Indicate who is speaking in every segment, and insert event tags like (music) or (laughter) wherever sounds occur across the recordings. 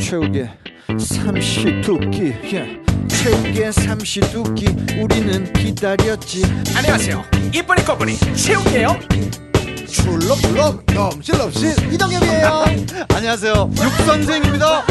Speaker 1: 최후의 삼시두끼 yeah. 최후의 삼시두끼 우리는 기다렸지
Speaker 2: 안녕하세요. 이쁜이 꺼분이 채웅이에요.
Speaker 3: 출렁출렁 넘실넘실 이동엽이에요
Speaker 1: 안녕하세요 육선생입니다
Speaker 3: 와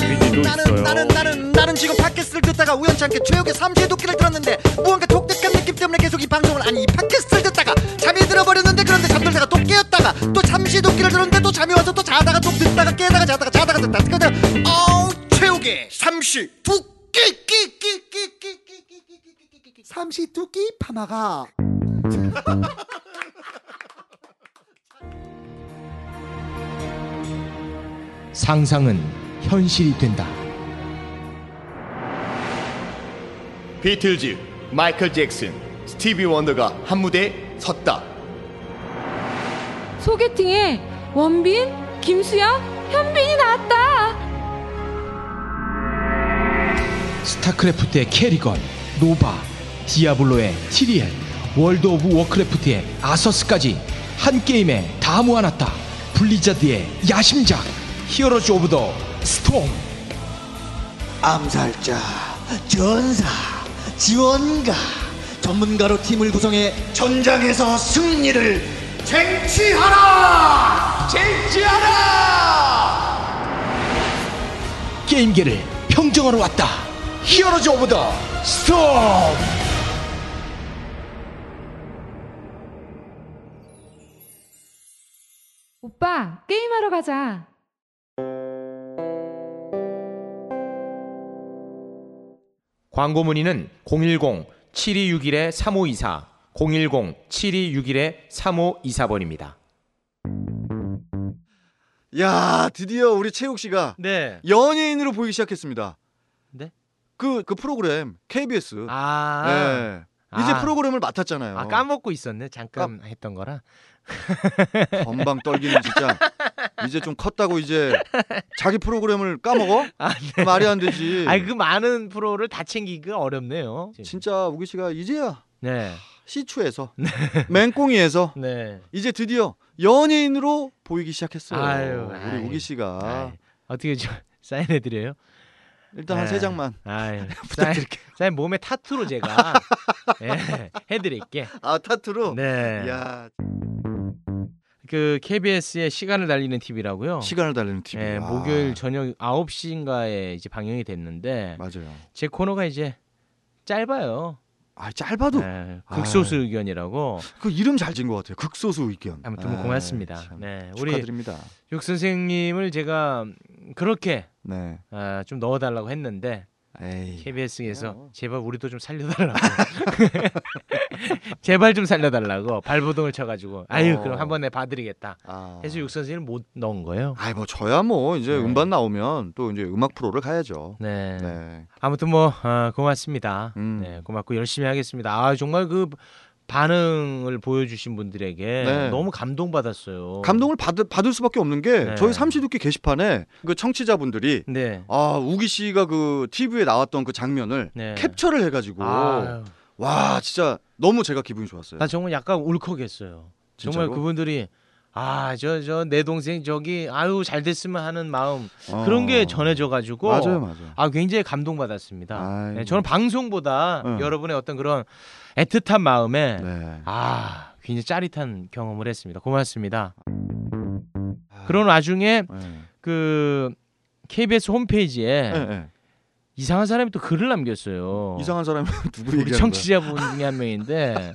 Speaker 4: 비디도
Speaker 3: 나는
Speaker 4: 있어요.
Speaker 3: 나는 나는 나는 지금 팟캐스트를 듣다가 우연찮게 최욱의 삼시의 도끼를 들었는데 무언가 독특한 느낌 때문에 계속 이 방송을 아니 이 팟캐스트를 듣다가 잠이 들어버렸는데 그런데 잠들다가 또 깨었다가 또 삼시의 도끼를 들었는데 또 잠이 와서 또 자다가 또 듣다가 깨다가 자다가 자다가 듣다가 그러다가 어우 최욱의 삼시 도끼 끼끼끼끼끼끼끼끼끼끼끼끼끼끼 삼시 도끼 파마가
Speaker 5: 상상은 현실이 된다.
Speaker 6: 비틀즈, 마이클 잭슨, 스티비 원더가 한 무대에 섰다.
Speaker 7: 소개팅에 원빈, 김수야, 현빈이 나왔다.
Speaker 5: 스타크래프트의 캐리건, 노바, 디아블로의 티리엘, 월드 오브 워크래프트의 아서스까지 한 게임에 다 모아놨다. 블리자드의 야심작, 히어로즈 오브 더 스톰.
Speaker 3: 암살자, 전사, 지원가 전문가로 팀을 구성해 전장에서 승리를 쟁취하라! 쟁취하라!
Speaker 5: 게임계를 평정하러 왔다. 히어로즈 오브 더 스톰.
Speaker 7: 오빠, 게임하러 가자.
Speaker 4: 광고 문의는 010-7261-3524, 010-7261-3524번입니다.
Speaker 1: 야 드디어 우리 채욱씨가
Speaker 8: 네.
Speaker 1: 연예인으로 보이기 시작했습니다
Speaker 8: 네?
Speaker 1: 그, 그 프로그램 KBS
Speaker 8: 아.
Speaker 1: 예. 이제
Speaker 8: 아.
Speaker 1: 프로그램을 맡았잖아요
Speaker 8: 아 까먹고 있었네. 잠깐 했던 거라.
Speaker 1: 건방 떨기는 진짜 이제 좀 컸다고 이제 자기 프로그램을 까먹어?
Speaker 8: 아,
Speaker 1: 말이 안 되지
Speaker 8: 아이 그 많은 프로를 다 챙기기가 어렵네요.
Speaker 1: 진짜 우기 씨가 이제야
Speaker 8: 네.
Speaker 1: 시추에서 맹꽁이에서
Speaker 8: 네.
Speaker 1: 이제 드디어 연예인으로 보이기 시작했어요.
Speaker 8: 아유,
Speaker 1: 우리
Speaker 8: 아유.
Speaker 1: 우기 씨가
Speaker 8: 아이, 어떻게 좀 (laughs) 사인해 드려요?
Speaker 1: 일단 한 세
Speaker 8: 네.
Speaker 1: 장만.
Speaker 8: 아유. 부탁드릴게요. 사인 몸에 타투로 (laughs) 제가 예, 해 드릴게.
Speaker 1: 아 타투로.
Speaker 8: 네.
Speaker 1: 야
Speaker 8: 그 KBS의 시간을 달리는 TV라고요.
Speaker 1: 시간을 달리는 TV.
Speaker 8: 예,
Speaker 1: 아,
Speaker 8: 목요일 저녁 9시인가에 이제 방영이 됐는데
Speaker 1: 맞아요.
Speaker 8: 제 코너가 이제 짧아요.
Speaker 1: 아 짧아도
Speaker 8: 예, 극소수 의견이라고.
Speaker 1: 그 이름 잘 지은 것 같아요. 극소수 의견.
Speaker 8: 아무튼 뭐
Speaker 1: 아,
Speaker 8: 고맙습니다.
Speaker 1: 참.
Speaker 8: 네, 우리
Speaker 1: 축하드립니다.
Speaker 8: 육 선생님을 제가 그렇게
Speaker 1: 네.
Speaker 8: 아, 좀 넣어달라고 했는데
Speaker 1: 에이.
Speaker 8: KBS에서 제발 우리도 좀 살려달라고 (laughs) 제발 좀 살려달라고 발버둥을 쳐가지고 아유
Speaker 1: 어.
Speaker 8: 그럼 한 번에 봐드리겠다
Speaker 1: 아.
Speaker 8: 해서 육 선생님 못 넣은 거예요.
Speaker 1: 아이 뭐 저야 뭐 이제
Speaker 8: 네.
Speaker 1: 음반 나오면 또 이제 음악 프로를 가야죠.
Speaker 8: 네.
Speaker 1: 네.
Speaker 8: 아무튼 뭐 아, 고맙습니다.
Speaker 1: 음.
Speaker 8: 네, 고맙고 열심히 하겠습니다. 아 정말 그 반응을 보여주신 분들에게
Speaker 1: 네.
Speaker 8: 너무 감동받았어요.
Speaker 1: 감동을 받을, 받을 수밖에 없는 게
Speaker 8: 네.
Speaker 1: 저희 삼시두끼 게시판에 그 청취자분들이
Speaker 8: 네.
Speaker 1: 아 우기 씨가 그 TV에 나왔던 그 장면을
Speaker 8: 네.
Speaker 1: 캡처를 해가지고
Speaker 8: 아유.
Speaker 1: 와 진짜 너무 제가 기분이 좋았어요.
Speaker 8: 나 정말 약간 울컥했어요.
Speaker 1: 진짜로?
Speaker 8: 정말 그분들이 아 저 저 내 동생 저기 아유 잘 됐으면 하는 마음
Speaker 1: 어.
Speaker 8: 그런 게 전해져 가지고
Speaker 1: 맞아요, 맞아요.
Speaker 8: 아 굉장히 감동받았습니다.
Speaker 1: 아이고.
Speaker 8: 네, 저는 방송보다
Speaker 1: 응.
Speaker 8: 여러분의 어떤 그런 애틋한 마음에
Speaker 1: 네.
Speaker 8: 아 굉장히 짜릿한 경험을 했습니다. 고맙습니다.
Speaker 1: 아.
Speaker 8: 그런 와중에
Speaker 1: 네.
Speaker 8: 그 KBS 홈페이지에
Speaker 1: 네, 네.
Speaker 8: 이상한 사람이 또 글을 남겼어요.
Speaker 1: 이상한 사람이 누구
Speaker 8: 우리
Speaker 1: 얘기하는
Speaker 8: 청취자분 중에 한 명인데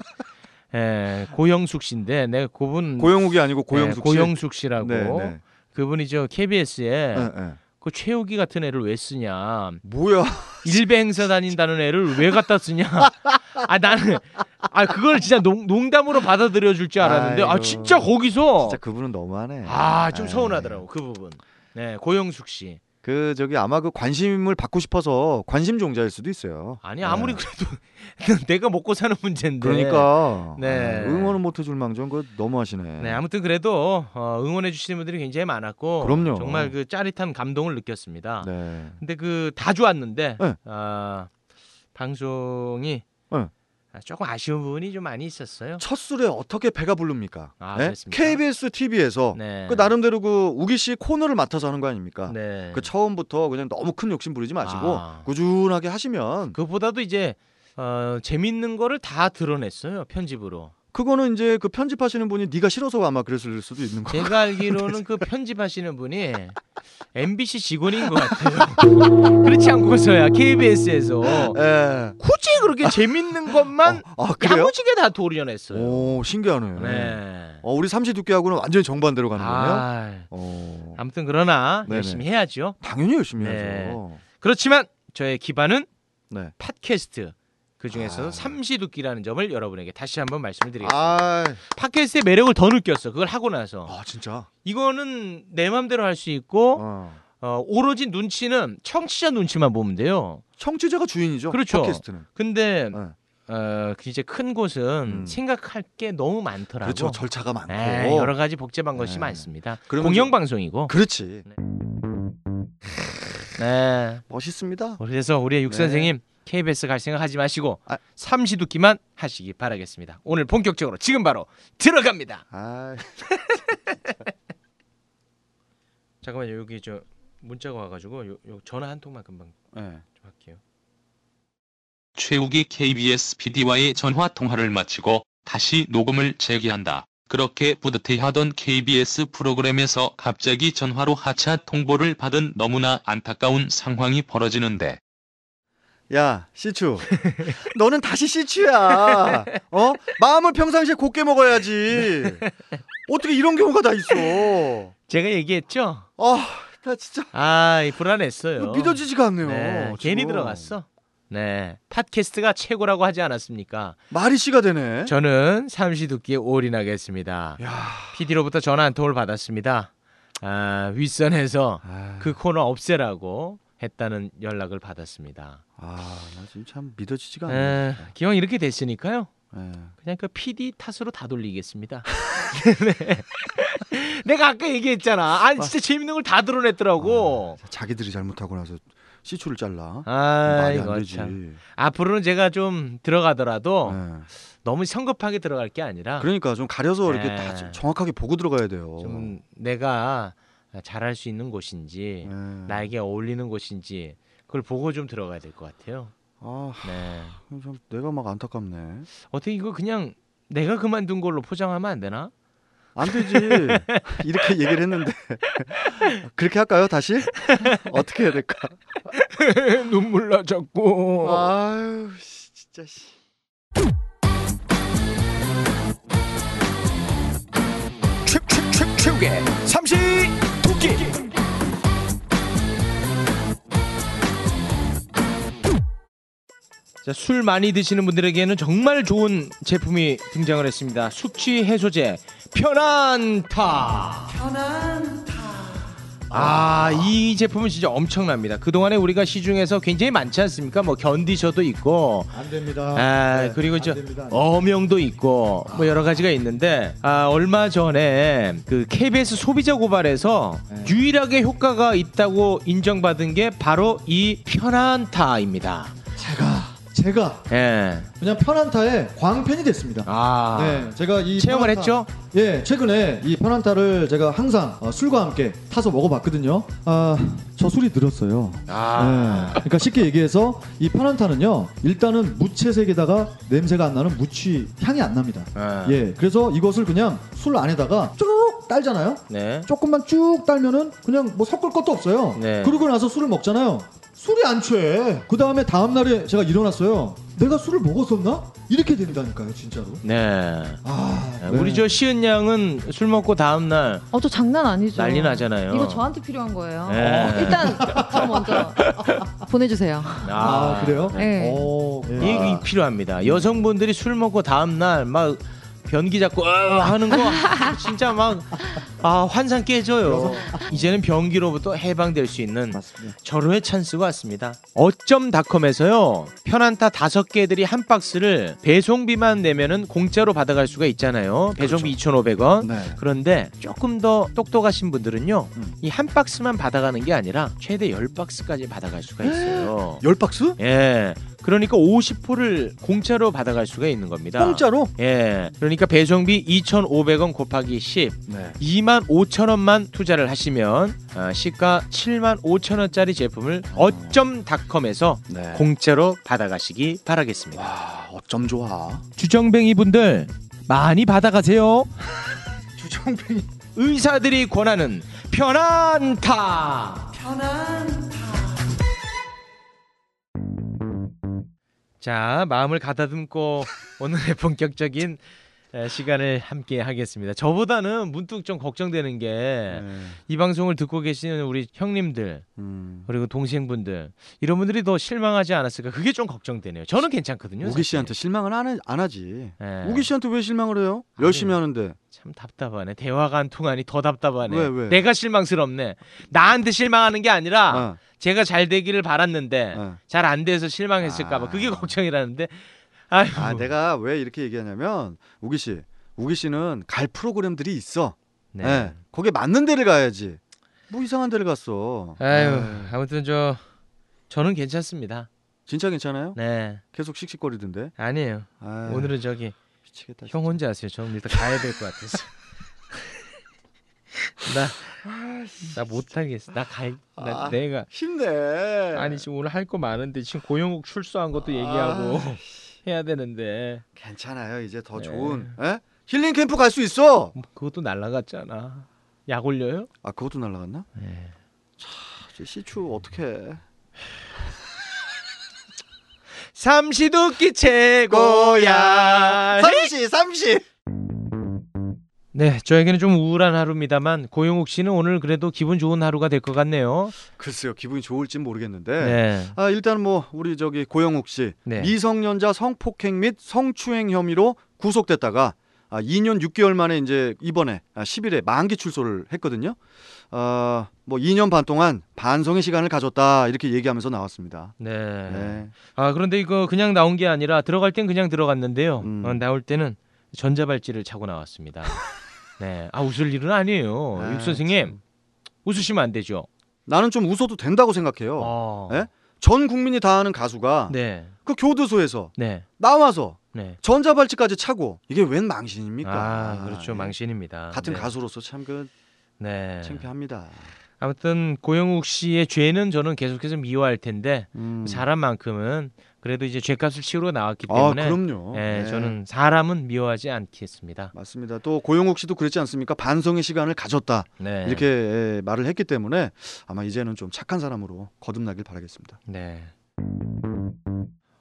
Speaker 8: 예, 고영숙 씨인데 내가 그분
Speaker 1: 거야? 고영욱이 아니고 고영숙 씨.
Speaker 8: 네, 고영숙 씨라고
Speaker 1: 네, 네.
Speaker 8: 그분이 저 KBS에
Speaker 1: 네, 네.
Speaker 8: 그 최욱이 같은 애를 왜 쓰냐
Speaker 1: 뭐야?
Speaker 8: 일베 행사 다닌다는 애를 왜 갖다 쓰냐 아 나는 아 그걸 진짜 농, 농담으로 받아들여 줄 줄 알았는데 아
Speaker 1: 아이고.
Speaker 8: 진짜 거기서
Speaker 1: 진짜 그분은 너무하네.
Speaker 8: 아 좀
Speaker 1: 에이.
Speaker 8: 서운하더라고 그 부분 네 고영숙 씨
Speaker 1: 그 저기 아마 그 관심을 받고 싶어서 관심 종자일 수도 있어요.
Speaker 8: 아니 아무리
Speaker 1: 네.
Speaker 8: 그래도 (laughs) 내가 먹고 사는 문제인데
Speaker 1: 그러니까
Speaker 8: 네.
Speaker 1: 네, 응원은 못해줄 망정 그 너무하시네.
Speaker 8: 네, 아무튼 그래도 어, 응원해 주시는 분들이 굉장히 많았고
Speaker 1: 그럼요.
Speaker 8: 정말 그 짜릿한 감동을 느꼈습니다.
Speaker 1: 네.
Speaker 8: 근데 그 다 좋았는데
Speaker 1: 네.
Speaker 8: 아, 방송이
Speaker 1: 네.
Speaker 8: 아, 아, 조금 아쉬운 부분이 좀 많이 있었어요.
Speaker 1: 첫 술에 어떻게 배가 부릅니까?
Speaker 8: 아, 그렇습니까?
Speaker 1: KBS TV에서
Speaker 8: 네.
Speaker 1: 그 나름대로 그 우기 씨 코너를 맡아서 하는 거 아닙니까?
Speaker 8: 네.
Speaker 1: 그 처음부터 그냥 너무 큰 욕심 부리지 마시고
Speaker 8: 아.
Speaker 1: 꾸준하게 하시면
Speaker 8: 그보다도 이제 어, 재밌는 거를 다 드러냈어요 편집으로.
Speaker 1: 그거는 이제 그 편집하시는 분이 네가 싫어서 아마 그랬을 수도 있는 거.
Speaker 8: 제가 알기로는 그 편집하시는 분이 MBC 직원인 것 같아요. (laughs) 그렇지 않고서야 KBS에서
Speaker 1: 예.
Speaker 8: 굳이 그렇게 재밌는 것만
Speaker 1: 아 그래요?
Speaker 8: 야무지게 다 도려냈어요.
Speaker 1: 오 신기하네요.
Speaker 8: 네.
Speaker 1: 어, 우리 삼시 두께하고는 완전히 정반대로 가는 거네요.
Speaker 8: 아,
Speaker 1: 어,
Speaker 8: 아무튼 그러나
Speaker 1: 네네.
Speaker 8: 열심히 해야죠.
Speaker 1: 당연히 열심히
Speaker 8: 네.
Speaker 1: 해야죠.
Speaker 8: 그렇지만 저의 기반은
Speaker 1: 네.
Speaker 8: 팟캐스트. 그 중에서도
Speaker 1: 아.
Speaker 8: 삼시두끼라는 점을 여러분에게 다시 한번 말씀을 드리겠습니다.
Speaker 1: 아,
Speaker 8: 팟캐스트의 매력을 더 느꼈어. 그걸 하고 나서
Speaker 1: 아 진짜.
Speaker 8: 이거는 내 마음대로 할 수 있고
Speaker 1: 어.
Speaker 8: 어, 오로지 눈치는 청취자 눈치만 보면 돼요.
Speaker 1: 청취자가 주인이죠.
Speaker 8: 그렇죠.
Speaker 1: 팟캐스트는.
Speaker 8: 근데
Speaker 1: 네.
Speaker 8: 어, 그 이제 큰 곳은
Speaker 1: 음.
Speaker 8: 생각할 게 너무 많더라고.
Speaker 1: 그렇죠. 절차가 많고.
Speaker 8: 네, 여러 가지 복잡한 것이
Speaker 1: 네.
Speaker 8: 많습니다.
Speaker 1: 그러면
Speaker 8: 공영 방송이고.
Speaker 1: 그렇지.
Speaker 8: 네.
Speaker 1: 멋있습니다.
Speaker 8: 그래서 우리의 육
Speaker 1: 네.
Speaker 8: 선생님 KBS 갈 생각 하지 마시고
Speaker 1: 아.
Speaker 8: 삼시두끼만 하시기 바라겠습니다. 오늘 본격적으로 지금 바로 들어갑니다.
Speaker 1: 아,
Speaker 8: 잠깐만요. 여기 저 문자가 와가지고 요, 요 전화 한 통만 금방 좀 할게요.
Speaker 9: 최욱이 KBS PD와의 전화 통화를 마치고 다시 녹음을 재개한다. 그렇게 뿌듯해하던 KBS 프로그램에서 갑자기 전화로 하차 통보를 받은 너무나 안타까운 상황이 벌어지는데
Speaker 1: 야 시추, (laughs) 너는 다시 시추야. 어? 마음을 평상시에 곱게 먹어야지. 어떻게 이런 경우가 다 있어?
Speaker 8: 제가 얘기했죠.
Speaker 1: 아, 나 진짜
Speaker 8: 아, 이 불안했어요.
Speaker 1: 그 믿어지지가 않네요.
Speaker 8: 네, 괜히
Speaker 1: 지금.
Speaker 8: 들어갔어. 네, 팟캐스트가 최고라고 하지 않았습니까?
Speaker 1: 말이 씨가 되네.
Speaker 8: 저는 삼시두끼에 올인하겠습니다. PD로부터 전화 한 통을 받았습니다. 아, 윗선에서
Speaker 1: 아,
Speaker 8: 그 코너 없애라고 했다는 연락을 받았습니다.
Speaker 1: 아, 나 지금 참 믿어지지가 아, 않네.
Speaker 8: 에, 기왕 이렇게 됐으니까요.
Speaker 1: 예.
Speaker 8: 그냥 그 PD 탓으로
Speaker 1: (laughs)
Speaker 8: 다 돌리겠습니다. 네. 내가 아까 얘기했잖아. 아니 진짜 재밌는 걸 다 드러냈더라고.
Speaker 1: 아, 자, 자기들이 잘못하고 나서 시추를 잘라.
Speaker 8: 아,
Speaker 1: 말이 안
Speaker 8: 이거
Speaker 1: 되지.
Speaker 8: 참. 앞으로는 제가 좀 들어가더라도
Speaker 1: 예.
Speaker 8: 너무 성급하게 들어갈 게 아니라
Speaker 1: 그러니까 좀 가려서 이렇게 다
Speaker 8: 네.
Speaker 1: 저- 정확하게 보고 들어가야 돼요.
Speaker 8: 좀 내가 잘할 수 있는 곳인지
Speaker 1: 네.
Speaker 8: 나에게 어울리는 곳인지 그걸 보고 좀 들어가야 될 것 같아요.
Speaker 1: 아,
Speaker 8: 네.
Speaker 1: 참 내가 막 안타깝네.
Speaker 8: 어떻게 이거 그냥 내가 그만둔 걸로 포장하면 안 되나?
Speaker 1: 안 되지. 이렇게 얘기를 했는데 (laughs) 그렇게 할까요?
Speaker 8: (laughs)
Speaker 1: 다시 어떻게 해야 될까?
Speaker 8: (laughs) 눈물 나 자꾸.
Speaker 1: 아유, 씨, 진짜 씨.
Speaker 2: 축축축 축의 삼시 두끼
Speaker 8: 자, 술 많이 드시는 분들에게는 정말 좋은 제품이 등장을 했습니다. 숙취 해소제 편안타. 아, 이 제품은 진짜 엄청납니다. 그동안에 우리가 시중에서 굉장히 많지 않습니까? 뭐 견디셔도 있고,
Speaker 5: 안 됩니다.
Speaker 8: 아,
Speaker 5: 네,
Speaker 8: 그리고
Speaker 5: 안
Speaker 8: 저
Speaker 5: 됩니다. 아.
Speaker 8: 어명도 있고, 뭐 여러 가지가 있는데, 아, 얼마 전에 그 KBS 소비자 고발에서
Speaker 5: 네.
Speaker 8: 유일하게 효과가 있다고 인정받은 게 바로 이 편안타입니다.
Speaker 5: 제가 제가
Speaker 8: 예.
Speaker 5: 그냥 편안타에 광팬이 됐습니다.
Speaker 8: 아.
Speaker 5: 네, 제가 이
Speaker 8: 체험을
Speaker 5: 편안타-
Speaker 8: 했죠?
Speaker 5: 예, 최근에 이 편안타를 제가 항상 어, 술과 함께 타서 먹어봤거든요. 아, 저 술이 늘었어요.
Speaker 8: 아.
Speaker 5: 네, 그러니까 쉽게 얘기해서 이 편안타는요, 일단은 무채색에다가 냄새가 안 나는 무취 향이 안 납니다.
Speaker 8: 예.
Speaker 5: 예, 그래서 이것을 그냥 술 안에다가 쭉 딸잖아요.
Speaker 8: 네.
Speaker 5: 조금만 쭉 딸면은 그냥 뭐 섞을 것도 없어요.
Speaker 8: 네.
Speaker 5: 그러고 나서 술을 먹잖아요. 술이 안 취해. 그 다음에 다음 날에 제가 일어났어요. 내가 술을 먹었었나? 이렇게 된다니까요, 진짜로.
Speaker 8: 네.
Speaker 5: 아, 네.
Speaker 8: 우리 저 시은 양은 술 먹고 다음 날
Speaker 10: 어, 저 장난 아니죠.
Speaker 8: 난리 나잖아요.
Speaker 10: 이거 저한테 필요한 거예요.
Speaker 8: 네.
Speaker 10: 어, 일단 저
Speaker 8: (laughs)
Speaker 10: 먼저 보내주세요.
Speaker 5: 아, 그래요?
Speaker 10: 네.
Speaker 5: 어, 예.
Speaker 8: 이게 필요합니다. 여성분들이 술 먹고 다음 날 막 변기 잡고 어, 하는
Speaker 5: (laughs)
Speaker 8: 거 진짜 막 아, 환상 깨져요. 이제는 변기로부터 해방될 수 있는
Speaker 5: 맞습니다.
Speaker 8: 절호의 찬스가 왔습니다. 어쩜닷컴에서요 편안타 다섯 개들이 한 박스를 배송비만 내면은 공짜로 받아갈 수가 있잖아요. 배송비 2,500원.
Speaker 5: 네.
Speaker 8: 그런데 조금 더 똑똑하신 분들은요
Speaker 5: 음.
Speaker 8: 이 한
Speaker 5: (laughs)
Speaker 8: 박스만 받아가는 게 아니라 최대 열 박스까지 받아갈 수가 있어요.
Speaker 1: 열 박스?
Speaker 8: 예, 그러니까 50%를 공짜로 받아갈 수가 있는 겁니다.
Speaker 1: 공짜로?
Speaker 8: 예. 그러니까 배송비 2,500원 곱하기 10.
Speaker 1: 네.
Speaker 8: 2만 5천 원만 투자를 하시면 아, 시가 7만 5천 원짜리 제품을 어쩜닷컴에서
Speaker 1: 네.
Speaker 8: 공짜로 받아가시기 바라겠습니다.
Speaker 1: 와, 어쩜 좋아.
Speaker 8: 주정뱅이 분들 많이 받아가세요.
Speaker 1: 주정뱅이.
Speaker 8: 의사들이 권하는 편안타. 편안타. 자, 마음을 가다듬고 오늘의 (laughs) 본격적인 에, 시간을 함께 하겠습니다. 저보다는 문득 좀 걱정되는 게 이
Speaker 1: 네.
Speaker 8: 방송을 듣고 계시는 우리 형님들
Speaker 1: 음.
Speaker 8: 그리고 동생분들 이런 분들이 더 실망하지 않았을까 그게 좀 걱정되네요. 저는 괜찮거든요.
Speaker 1: 우기 씨한테 실망을 안, 하- 안 하지.
Speaker 8: 네.
Speaker 1: 우기 씨한테 왜 실망을 해요? 열심히 하는데.
Speaker 8: 참 답답하네. 대화가 안 통하니 더 답답하네.
Speaker 1: 왜, 왜?
Speaker 8: 내가 실망스럽네. 나한테 실망하는 게 아니라 네.
Speaker 1: 아,
Speaker 8: 제가 잘 되기를 바랐는데
Speaker 1: 아.
Speaker 8: 잘 안 돼서 실망했을까봐
Speaker 1: 아.
Speaker 8: 그게 걱정이라는데. 아유.
Speaker 1: 아, 내가 왜 이렇게 얘기하냐면 우기 씨, 우기 씨는 갈 프로그램들이 있어.
Speaker 8: 네.
Speaker 1: 예, 거기에 맞는 데를 가야지. 뭐 이상한 데를 갔어. 예.
Speaker 8: 아유. 아무튼 저 저는 괜찮습니다.
Speaker 1: 진짜 괜찮아요?
Speaker 8: 네.
Speaker 1: 계속 씩씩거리던데.
Speaker 8: 아니에요.
Speaker 1: 아,
Speaker 8: 오늘은 저기
Speaker 1: 미치겠다.
Speaker 8: 형 혼자 하세요. 저는 일단 가야 될 것 같아서. (laughs) 나 나 못 하겠어. 나 갈. 나
Speaker 1: 아.
Speaker 8: 내가
Speaker 1: 힘내.
Speaker 8: 아니 지금 오늘 할 거 많은데 지금 고영욱 출소한 것도 얘기하고 (laughs) 해야 되는데
Speaker 1: 괜찮아요. 이제 더
Speaker 8: 네.
Speaker 1: 좋은 예? 힐링 캠프 갈 수 있어.
Speaker 8: 뭐 그것도 날라갔잖아. 약 올려요?
Speaker 1: 아 그것도 날라갔나? 네. 자, 시추 어떻게?
Speaker 8: 삼시두끼 최고야.
Speaker 1: 고야 삼시 삼시.
Speaker 8: 네, 저에게는 좀 우울한 하루입니다만 고영욱 씨는 오늘 그래도 기분 좋은 하루가 될 것 같네요.
Speaker 1: 글쎄요 기분이 좋을진 모르겠는데.
Speaker 8: 네.
Speaker 1: 아 일단 뭐 우리 저기 고영욱 씨
Speaker 8: 네.
Speaker 1: 미성년자 성폭행 및 성추행 혐의로 구속됐다가 아 2년 6개월 만에 이제 이번에 아, 10일에 만기 출소를 했거든요. 아뭐 2년 반 동안 반성의 시간을 가졌다 이렇게 얘기하면서 나왔습니다.
Speaker 8: 네.
Speaker 1: 네.
Speaker 8: 아, 그런데 이거 그냥 나온 게 아니라 들어갈 땐 그냥 들어갔는데요.
Speaker 1: 음.
Speaker 8: 어, 나올 때는 전자발찌를 차고
Speaker 1: (laughs)
Speaker 8: 나왔습니다. 네. 아, 웃을 일은 아니에요.
Speaker 1: 아,
Speaker 8: 육 선생님. 웃으시면 안 되죠.
Speaker 1: 나는 좀 웃어도 된다고 생각해요.
Speaker 8: 어.
Speaker 1: 네? 전 국민이 다 아는 가수가
Speaker 8: 네.
Speaker 1: 그 교도소에서
Speaker 8: 네.
Speaker 1: 나와서
Speaker 8: 네.
Speaker 1: 전자발찌까지 차고 이게 웬 망신입니까?
Speaker 8: 아, 그렇죠.
Speaker 1: 예.
Speaker 8: 망신입니다.
Speaker 1: 같은
Speaker 8: 네.
Speaker 1: 가수로서 참그
Speaker 8: 네.
Speaker 1: 창피합니다.
Speaker 8: 아무튼 고영욱 씨의 죄는 저는 계속해서 미워할 텐데
Speaker 1: 음.
Speaker 8: 잘한 만큼은 그래도 이제 죄값을 치르고 나왔기
Speaker 1: 아
Speaker 8: 때문에
Speaker 1: 그럼요.
Speaker 8: 예,
Speaker 1: 네.
Speaker 8: 저는 사람은 미워하지 않겠습니다.
Speaker 1: 맞습니다. 또 고영욱 씨도 그랬지 않습니까? 반성의 시간을 가졌다
Speaker 8: 네.
Speaker 1: 이렇게 예, 말을 했기 때문에 아마 이제는 좀 착한 사람으로 거듭나길 바라겠습니다.
Speaker 8: 네.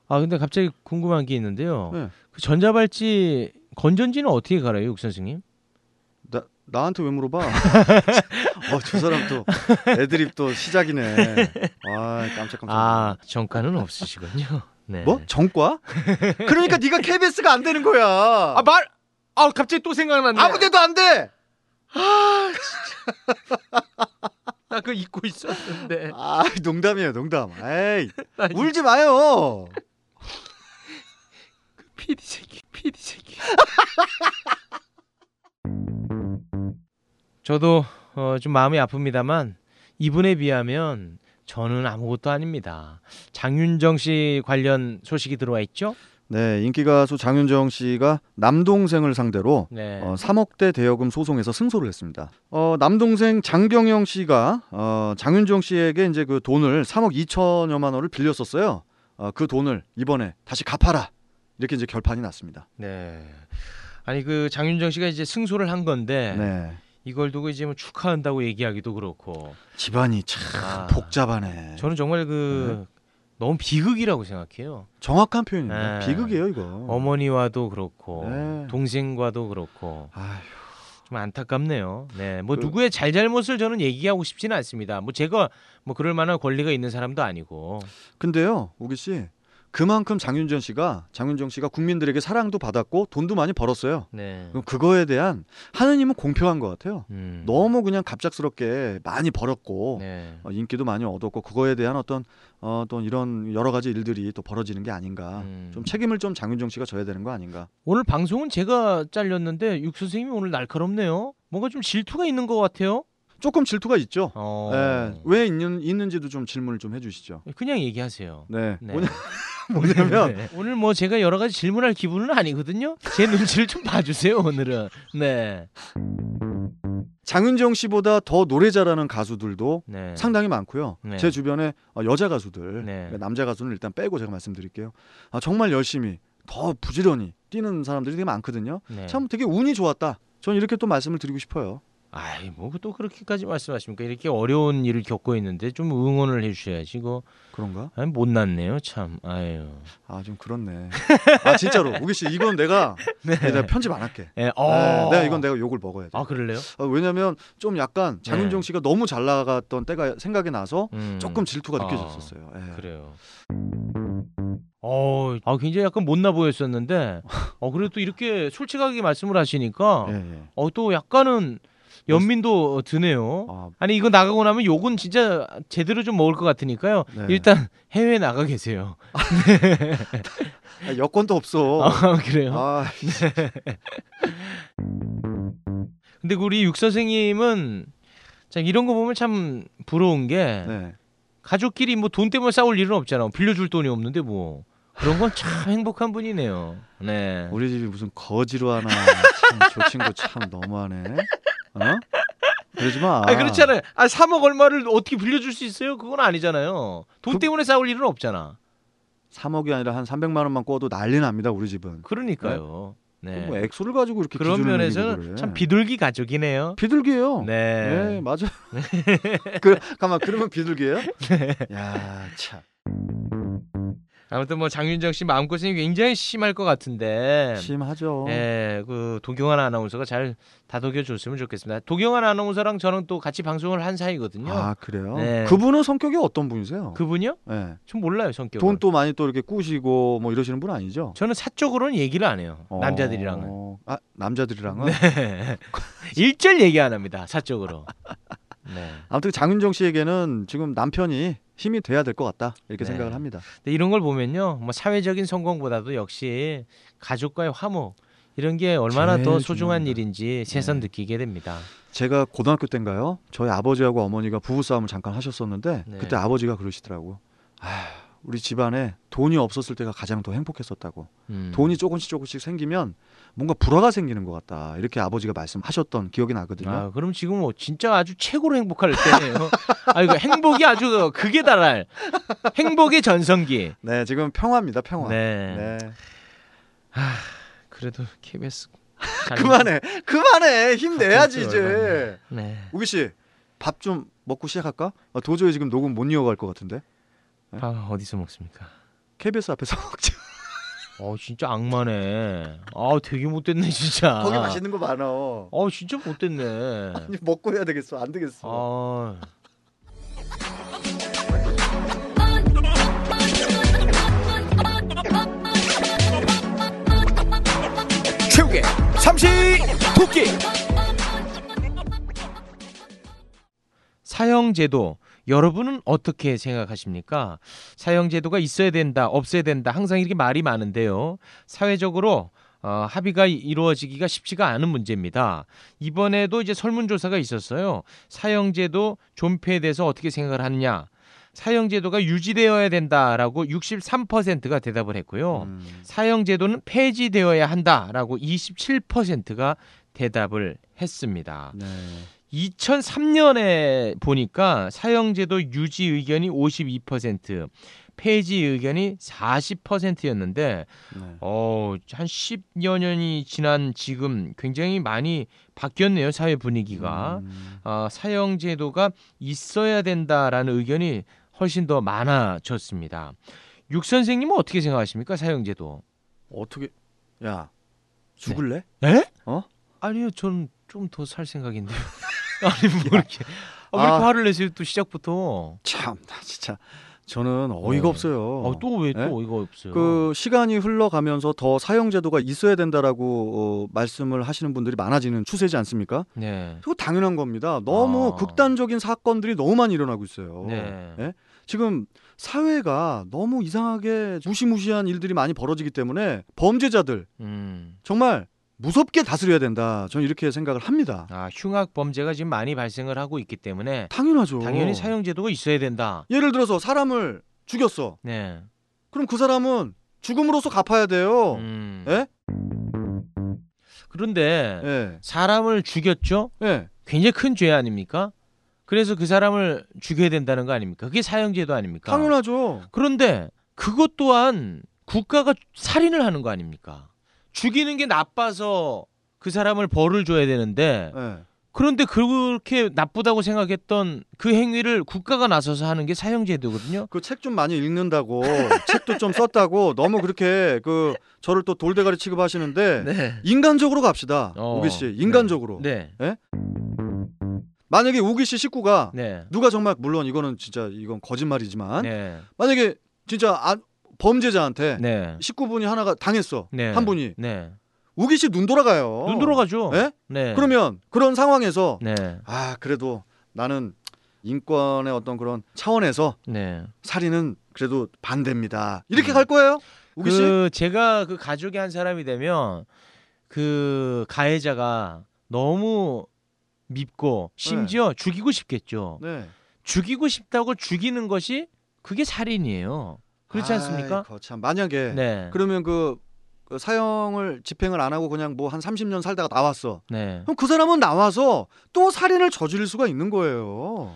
Speaker 8: 아 근데 갑자기 궁금한 게 있는데요.
Speaker 1: 네.
Speaker 8: 그 전자발찌 건전지는 어떻게 갈아요, 육 선생님?
Speaker 1: 나 나한테 왜
Speaker 8: (laughs)
Speaker 1: 물어봐? 어저 사람 또 애드립 또 시작이네. 아 깜짝 깜짝.
Speaker 8: 아 정가는 없으시군요. (laughs) 네.
Speaker 1: 뭐 정과? 그러니까 네가 KBS가 안 되는 거야.
Speaker 8: 아 말. 아 갑자기 또 생각났네.
Speaker 1: 아무 데도 안 돼.
Speaker 8: 나그 잊고 있었는데.
Speaker 1: 아 농담이에요 농담. 에이
Speaker 8: 아,
Speaker 1: 울지 마요.
Speaker 8: 피디 새끼, 피디 새끼. 저도 어, 좀 마음이 아픕니다만 이분에 비하면 저는 아무것도 아닙니다. 장윤정 씨 관련 소식이 들어와 있죠?
Speaker 1: 네 인기 가수 장윤정 씨가 남동생을 상대로
Speaker 8: 네.
Speaker 1: 어, 3억대 대여금 소송에서 승소를 했습니다. 어, 남동생 장경영 씨가 어, 장윤정 씨에게 이제 그 돈을 3억 2천여만 원을 빌렸었어요. 어, 그 돈을 이번에 다시 갚아라 이렇게 이제 결판이 났습니다.
Speaker 8: 네. 아니 그 장윤정 씨가 이제 승소를 한 건데
Speaker 1: 네,
Speaker 8: 이걸 두고 이제 뭐 축하한다고 얘기하기도 그렇고
Speaker 1: 집안이 참
Speaker 8: 아,
Speaker 1: 복잡하네. 네.
Speaker 8: 저는 정말 그 너무 비극이라고 생각해요.
Speaker 1: 정확한 표현입니다.
Speaker 8: 네.
Speaker 1: 비극이에요 이거.
Speaker 8: 어머니와도 그렇고
Speaker 1: 음. 네.
Speaker 8: 동생과도 그렇고
Speaker 1: 아휴,
Speaker 8: 좀 안타깝네요. 네, 뭐
Speaker 1: 그-
Speaker 8: 누구의 잘잘못을 저는 얘기하고 싶지는 않습니다. 뭐 제가 뭐 그럴 만한 권리가 있는 사람도 아니고.
Speaker 1: 근데요 우기 씨 그만큼 장윤정 씨가 장윤정 씨가 국민들에게 사랑도 받았고 돈도 많이 벌었어요.
Speaker 8: 네.
Speaker 1: 그럼 그거에 대한 하느님은 공평한 것 같아요.
Speaker 8: 음.
Speaker 1: 너무 그냥 갑작스럽게 많이 벌었고
Speaker 8: 네.
Speaker 1: 어, 인기도 많이 얻었고 그거에 대한 어떤 어, 떤 이런 여러 가지 일들이 또 벌어지는 게 아닌가
Speaker 8: 음.
Speaker 1: 좀 책임을 좀 장윤정 씨가 져야 되는 거 아닌가
Speaker 8: 오늘 방송은 제가 잘렸는데 육 선생님이 오늘 날카롭네요. 뭔가 좀 질투가 있는 것 같아요.
Speaker 1: 조금 질투가 있죠
Speaker 8: 어.
Speaker 1: 네. 예, 왜 있는, 있는지도 좀 질문을 좀 해주시죠
Speaker 8: 그냥 얘기하세요.
Speaker 1: 네,
Speaker 8: 네.
Speaker 1: 뭐냐 (laughs) 뭐냐면
Speaker 8: 오늘 뭐 제가 여러 가지 질문할 기분은 아니거든요. 제 눈치를 좀 봐주세요 오늘은. 네.
Speaker 1: 장윤정 씨보다 더 노래 잘하는 가수들도
Speaker 8: 네.
Speaker 1: 상당히 많고요.
Speaker 8: 네.
Speaker 1: 제 주변에 어, 여자 가수들, 그러니까
Speaker 8: 네.
Speaker 1: 남자 가수는 일단 빼고 제가 말씀드릴게요. 아, 정말 열심히 더 부지런히 뛰는 사람들이 되게 많거든요.
Speaker 8: 네.
Speaker 1: 참 되게 운이 좋았다. 저는 이렇게 또 말씀을 드리고 싶어요.
Speaker 8: 아이 뭐 또 그렇게까지 말씀하십니까? 이렇게 어려운 일을 겪고 있는데 좀 응원을 해주셔야지. 이거
Speaker 1: 그런가?
Speaker 8: 아이, 못났네요 참. 아유.
Speaker 1: 아 좀 그렇네. 아 진짜로 우기 씨 이건
Speaker 8: (laughs)
Speaker 1: 내가 내가 편집 안 할게.
Speaker 8: 네. 예, 어.
Speaker 1: 네, 내가 이건 내가 욕을 먹어야 돼.
Speaker 8: 아 그럴래요?
Speaker 1: 아, 왜냐면 좀 약간 장윤정 씨가 너무 잘 나갔던 때가 생각이 나서
Speaker 8: 음.
Speaker 1: 조금 질투가
Speaker 8: 아,
Speaker 1: 느껴졌었어요. 예.
Speaker 8: 그래요. 어, 아 굉장히 약간 못나 보였었는데, 어 그래도 또 이렇게 솔직하게 말씀을 하시니까,
Speaker 1: 예, 예.
Speaker 8: 어 또 약간은 연민도 어, 드네요.
Speaker 1: 아,
Speaker 8: 아니 이거 나가고 나면 욕은 진짜 제대로 좀 먹을 것 같으니까요.
Speaker 1: 네.
Speaker 8: 일단 해외 나가 계세요. (laughs)
Speaker 1: 아, 여권도 없어.
Speaker 8: 아 그래요?
Speaker 1: 아,
Speaker 8: 근데 그 우리 육 선생님은 참 이런 거 보면 참 부러운 게
Speaker 1: 네.
Speaker 8: 가족끼리 뭐 돈 때문에 싸울 일은 없잖아. 빌려줄 돈이 없는데 뭐 그런 건
Speaker 1: (laughs)
Speaker 8: 참 행복한 분이네요. 네.
Speaker 1: 우리 집이 무슨 거지로
Speaker 8: (laughs)
Speaker 1: 하나. 참, 저 친구 참 너무하네. 어? 그러지 마.
Speaker 8: 아 그렇잖아요. 아 3억 얼마를 어떻게 빌려줄 수 있어요? 그건 아니잖아요. 돈
Speaker 1: 그-
Speaker 8: 때문에 싸울 일은 없잖아.
Speaker 1: 3억이 아니라 한 300만 원만 꿔도 난리 납니다, 우리 집은.
Speaker 8: 그러니까요. 네.
Speaker 1: 뭐 액수를 가지고 이렇게
Speaker 8: 그런
Speaker 1: 기준을
Speaker 8: 면에서는
Speaker 1: 매기고 그래.
Speaker 8: 참 비둘기 가족이네요.
Speaker 1: 비둘기예요.
Speaker 8: 네.
Speaker 1: 네,
Speaker 8: (laughs)
Speaker 1: 맞아요. (laughs) 그 가만 그러면 비둘기예요?
Speaker 8: 네.
Speaker 1: 야, 참.
Speaker 8: 아무튼 뭐 장윤정 씨 마음고생이 굉장히 심할 것 같은데.
Speaker 1: 심하죠.
Speaker 8: 예, 그 도경환 아나운서가 잘 다독여 줬으면 좋겠습니다. 도경환 아나운서랑 저랑 또 같이 방송을 한 사이거든요.
Speaker 1: 아 그래요?
Speaker 8: 네.
Speaker 1: 그분은 성격이 어떤 분이세요?
Speaker 8: 그분이요?
Speaker 1: 예.
Speaker 8: 좀 몰라요 성격을.
Speaker 1: 돈또 많이 또 이렇게 꾸시고 뭐 이러시는 분 아니죠?
Speaker 8: 저는 사적으로는 얘기를 안 해요. 남자들이랑은 네.
Speaker 1: 어, 아 남자들이랑은
Speaker 8: 일절 얘기 안 합니다.
Speaker 1: (laughs)
Speaker 8: 사적으로. 네.
Speaker 1: 아무튼 장윤정 씨에게는 지금 남편이 힘이 돼야 될 것 같다 이렇게
Speaker 8: 네.
Speaker 1: 생각을 합니다.
Speaker 8: 근데 이런 걸 보면요, 뭐 사회적인 성공보다도 역시 가족과의 화목 이런 게 얼마나
Speaker 1: 제일
Speaker 8: 더 소중한
Speaker 1: 중요합니다. 네.
Speaker 8: 일인지 새삼 느끼게 됩니다.
Speaker 1: 제가 고등학교 때인가요? 저희 아버지하고 어머니가 부부 싸움을 잠깐 하셨었는데
Speaker 8: 네.
Speaker 1: 그때 아버지가 그러시더라고. 아, 우리 집안에 돈이 없었을 때가 가장 더 행복했었다고.
Speaker 8: 음.
Speaker 1: 돈이 조금씩 조금씩 생기면 뭔가 불화가 생기는 것 같다 이렇게 아버지가 말씀하셨던 기억이 나거든요.
Speaker 8: 아, 그럼 지금 뭐 진짜 아주 최고로 행복할 때네요. (laughs) 아, 이거 행복이 아주 극에 달할 행복의 전성기.
Speaker 1: 네, 지금 평화입니다, 평화.
Speaker 8: 네.
Speaker 1: 네.
Speaker 8: 그래도 KBS 잘
Speaker 1: (laughs) 그만해, 그만해, 힘내야지 이제.
Speaker 8: 네.
Speaker 1: 우기 씨, 밥 좀 먹고 시작할까? 아, 도저히 지금 녹음 못 이어갈 것 같은데.
Speaker 8: 아, 어디서 먹습니까?
Speaker 1: KBS 앞에서 (laughs) 먹자.
Speaker 8: 어, 진짜 악마네. 아, 되게 못됐네 진짜.
Speaker 1: 거기 맛있는 거 아. 많어.
Speaker 8: 어, 진짜 못됐네.
Speaker 1: 아니, (laughs) 먹고 해야 되겠어, 안 되겠어.
Speaker 8: 아.
Speaker 2: 최욱의 삼시 도끼
Speaker 8: 사형제도 여러분은 어떻게 생각하십니까? 사형제도가 있어야 된다, 없어야 된다, 항상 이렇게 말이 많은데요. 사회적으로 어, 합의가 이- 이루어지기가 쉽지가 않은 문제입니다. 이번에도 이제 설문조사가 있었어요. 사형제도 존폐에 대해서 어떻게 생각을 하느냐? 사형제도가 유지되어야 된다라고 63%가 대답을 했고요.
Speaker 1: 음,
Speaker 8: 사형제도는 폐지되어야 한다라고 27%가 대답을 했습니다.
Speaker 1: 네.
Speaker 8: 2003년에 보니까 사형제도 유지 의견이 52%, 폐지 의견이 40%였는데,
Speaker 1: 네.
Speaker 8: 어, 한 10여 년이 지난 지금 굉장히 많이 바뀌었네요, 사회 분위기가.
Speaker 1: 음,
Speaker 8: 아, 사형제도가 있어야 된다라는 의견이 훨씬 더 많아졌습니다. 육 선생님은 어떻게 생각하십니까, 사형제도?
Speaker 1: 어떻게? 야, 죽을래?
Speaker 8: 에?
Speaker 1: 어?
Speaker 8: 아니요, 저는 좀 더 살 생각인데요. (laughs) 아니 뭐 이렇게 아, 왜
Speaker 1: 아. 어.
Speaker 8: 이렇게 화를 내세요 또 시작부터?
Speaker 1: 참, 나 진짜 저는 어이가
Speaker 8: 네.
Speaker 1: 없어요.
Speaker 8: 아, 또 왜
Speaker 1: 예?
Speaker 8: 또 이거 없어요?
Speaker 1: 그 시간이 흘러가면서 더 사형제도가 있어야 된다라고 어, 말씀을 하시는 분들이 많아지는 추세지 않습니까?
Speaker 8: 네.
Speaker 1: 그거 당연한 겁니다. 너무
Speaker 8: 아.
Speaker 1: 극단적인 사건들이 너무 많이 일어나고 있어요.
Speaker 8: 네.
Speaker 1: 예? 지금 사회가 너무 이상하게 무시무시한 일들이 많이 벌어지기 때문에 범죄자들
Speaker 8: 음.
Speaker 1: 정말 무섭게 다스려야 된다. 저는 이렇게 생각을 합니다.
Speaker 8: 아, 흉악 범죄가 지금 많이 발생을 하고 있기 때문에
Speaker 1: 당연하죠.
Speaker 8: 당연히 사형 제도가 있어야 된다.
Speaker 1: 예를 들어서 사람을 죽였어.
Speaker 8: 네.
Speaker 1: 그럼 그 사람은 죽음으로써 갚아야 돼요.
Speaker 8: 음.
Speaker 1: 예?
Speaker 8: 그런데
Speaker 1: 예.
Speaker 8: 사람을 죽였죠?
Speaker 1: 예.
Speaker 8: 굉장히 큰 죄 아닙니까? 그래서 그 사람을 죽여야 된다는 거 아닙니까? 그게 사형제도 아닙니까?
Speaker 1: 당연하죠.
Speaker 8: 그런데 그것 또한 국가가 살인을 하는 거 아닙니까? 죽이는 게 나빠서 그 사람을 벌을 줘야 되는데
Speaker 1: 예.
Speaker 8: 그런데 그렇게 나쁘다고 생각했던 그 행위를 국가가 나서서 하는 게 사형제도거든요.
Speaker 1: 그 책 좀 많이 읽는다고 책도 좀 썼다고 너무 그렇게 그 저를 또 돌대가리 취급하시는데
Speaker 8: 네.
Speaker 1: 인간적으로 갑시다.
Speaker 8: 어.
Speaker 1: 우기 씨. 인간적으로.
Speaker 8: 네.
Speaker 1: 만약에 우기 씨 식구가
Speaker 8: 네.
Speaker 1: 누가 정말 물론 이거는 진짜 이건 거짓말이지만
Speaker 8: 네.
Speaker 1: 만약에 진짜 안- 범죄자한테
Speaker 8: 네.
Speaker 1: 식구분이 하나가 당했어.
Speaker 8: 네.
Speaker 1: 한 분이
Speaker 8: 네.
Speaker 1: 우기 씨 눈 돌아가요.
Speaker 8: 눈 돌아가죠.
Speaker 1: 예?
Speaker 8: 네.
Speaker 1: 그러면 그런 상황에서
Speaker 8: 네.
Speaker 1: 아 그래도 나는 인권의 어떤 그런 차원에서
Speaker 8: 네.
Speaker 1: 살인은 그래도 반대입니다. 이렇게
Speaker 8: 음.
Speaker 1: 갈 거예요, 우기 씨?
Speaker 8: 그 제가 그 가족의 한 사람이 되면 그 가해자가 너무 밉고 심지어 죽이고 싶겠죠.
Speaker 1: 네.
Speaker 8: 죽이고 싶다고 죽이는 것이 그게 살인이에요. 그렇지 않습니까?
Speaker 1: 아이고, 참 만약에
Speaker 8: 네.
Speaker 1: 그러면 그, 그 사형을 집행을 안 하고 그냥 뭐 한 30년 살다가 나왔어.
Speaker 8: 네.
Speaker 1: 그럼 그 사람은 나와서 또 살인을 저지를 수가 있는 거예요.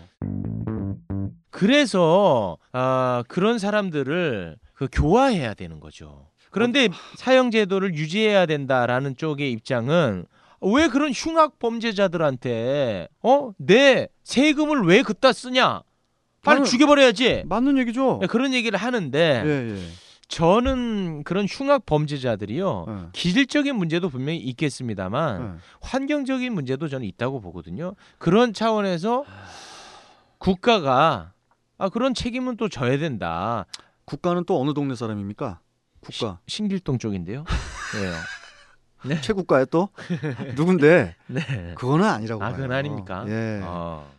Speaker 8: 그래서 아, 그런 사람들을 그 교화해야 되는 거죠. 그런데 사형 제도를 유지해야 된다라는 쪽의 입장은 왜 그런 흉악 범죄자들한테 어 내 세금을 왜 그따 쓰냐? 빨리
Speaker 1: 당연-
Speaker 8: 죽여버려야지.
Speaker 1: 맞는 얘기죠.
Speaker 8: 네. 그런 얘기를 하는데
Speaker 1: 예, 예.
Speaker 8: 저는 그런 흉악 범죄자들이요
Speaker 1: 예.
Speaker 8: 기질적인 문제도 분명히 있겠습니다만
Speaker 1: 예.
Speaker 8: 환경적인 문제도 저는 있다고 보거든요. 그런 차원에서 국가가 아 그런 책임은 또 져야 된다.
Speaker 1: 국가는 또 어느 동네 사람입니까? 국가
Speaker 8: 신길동 (laughs) 쪽인데요.
Speaker 1: 최국가에 또 누군데
Speaker 8: 네. 네.
Speaker 1: 그거는 아니라고
Speaker 8: 아
Speaker 1: 봐요.
Speaker 8: 그건 아닙니까?
Speaker 1: 예.
Speaker 8: 어.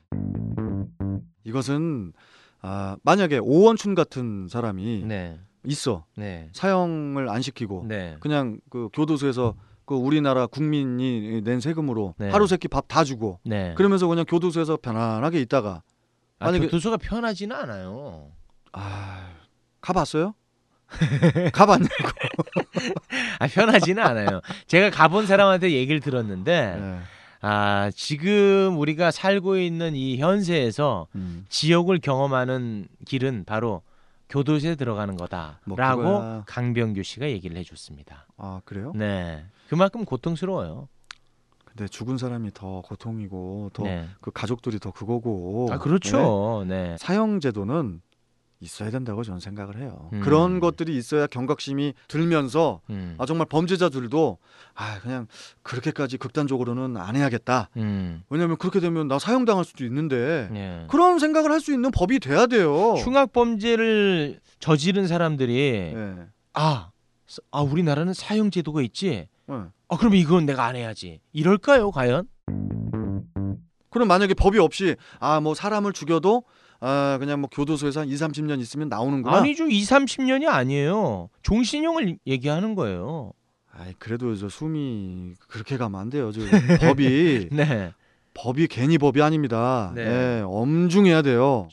Speaker 1: 이것은 아, 만약에 오원춘 같은 사람이
Speaker 8: 네.
Speaker 1: 있어
Speaker 8: 네.
Speaker 1: 사형을 안 시키고
Speaker 8: 네.
Speaker 1: 그냥 그 교도소에서 그 우리나라 국민이 낸 세금으로
Speaker 8: 네.
Speaker 1: 하루 세끼 밥 다 주고
Speaker 8: 네.
Speaker 1: 그러면서 그냥 교도소에서 편안하게 있다가
Speaker 8: 아,
Speaker 1: 만약에-
Speaker 8: 교도소가 편하지는 않아요.
Speaker 1: 아
Speaker 8: (laughs)
Speaker 1: 가봤어요? 가봤냐?
Speaker 8: 아 편하지는 않아요. 제가 가본 사람한테 얘기를 들었는데
Speaker 1: 네.
Speaker 8: 아, 지금 우리가 살고 있는 이 현세에서
Speaker 1: 음.
Speaker 8: 지옥을 경험하는 길은 바로 교도소에 들어가는 거다라고
Speaker 1: 뭐 그거야.
Speaker 8: 강병규 씨가 얘기를 해줬습니다.
Speaker 1: 아 그래요?
Speaker 8: 네, 그만큼 고통스러워요.
Speaker 1: 근데 죽은 사람이 더 고통이고 더 그
Speaker 8: 네.
Speaker 1: 가족들이 더 그거고
Speaker 8: 아
Speaker 1: 네.
Speaker 8: 그렇죠. 네.
Speaker 1: 사형 제도는 있어야 된다고 저는 생각을 해요.
Speaker 8: 음.
Speaker 1: 그런 것들이 있어야 경각심이 들면서
Speaker 8: 음.
Speaker 1: 아 정말 범죄자들도 아 그냥 그렇게까지 극단적으로는 안 해야겠다.
Speaker 8: 음.
Speaker 1: 왜냐하면 그렇게 되면 나 사형 당할 수도 있는데
Speaker 8: 네.
Speaker 1: 그런 생각을 할 수 있는 법이 돼야 돼요.
Speaker 8: 흉악 범죄를 저지른 사람들이
Speaker 1: 예.
Speaker 8: 아, 서- 아 우리나라는 사형 제도가 있지.
Speaker 1: 예.
Speaker 8: 아 그럼 이건 내가 안 해야지. 이럴까요, 과연?
Speaker 1: 그럼 만약에 법이 없이 아 뭐 사람을 죽여도 아 그냥 뭐 교도소에서 한 2, 30년 있으면 나오는구나.
Speaker 8: 아니죠. 2, 30년이 아니에요. 종신형을 얘기하는 거예요.
Speaker 1: 아이, 그래도 저 숨이 그렇게 가면 안 돼요. 저 (laughs) 법이
Speaker 8: 네.
Speaker 1: 법이 괜히 법이 아닙니다.
Speaker 8: 네.
Speaker 1: 예, 엄중해야 돼요.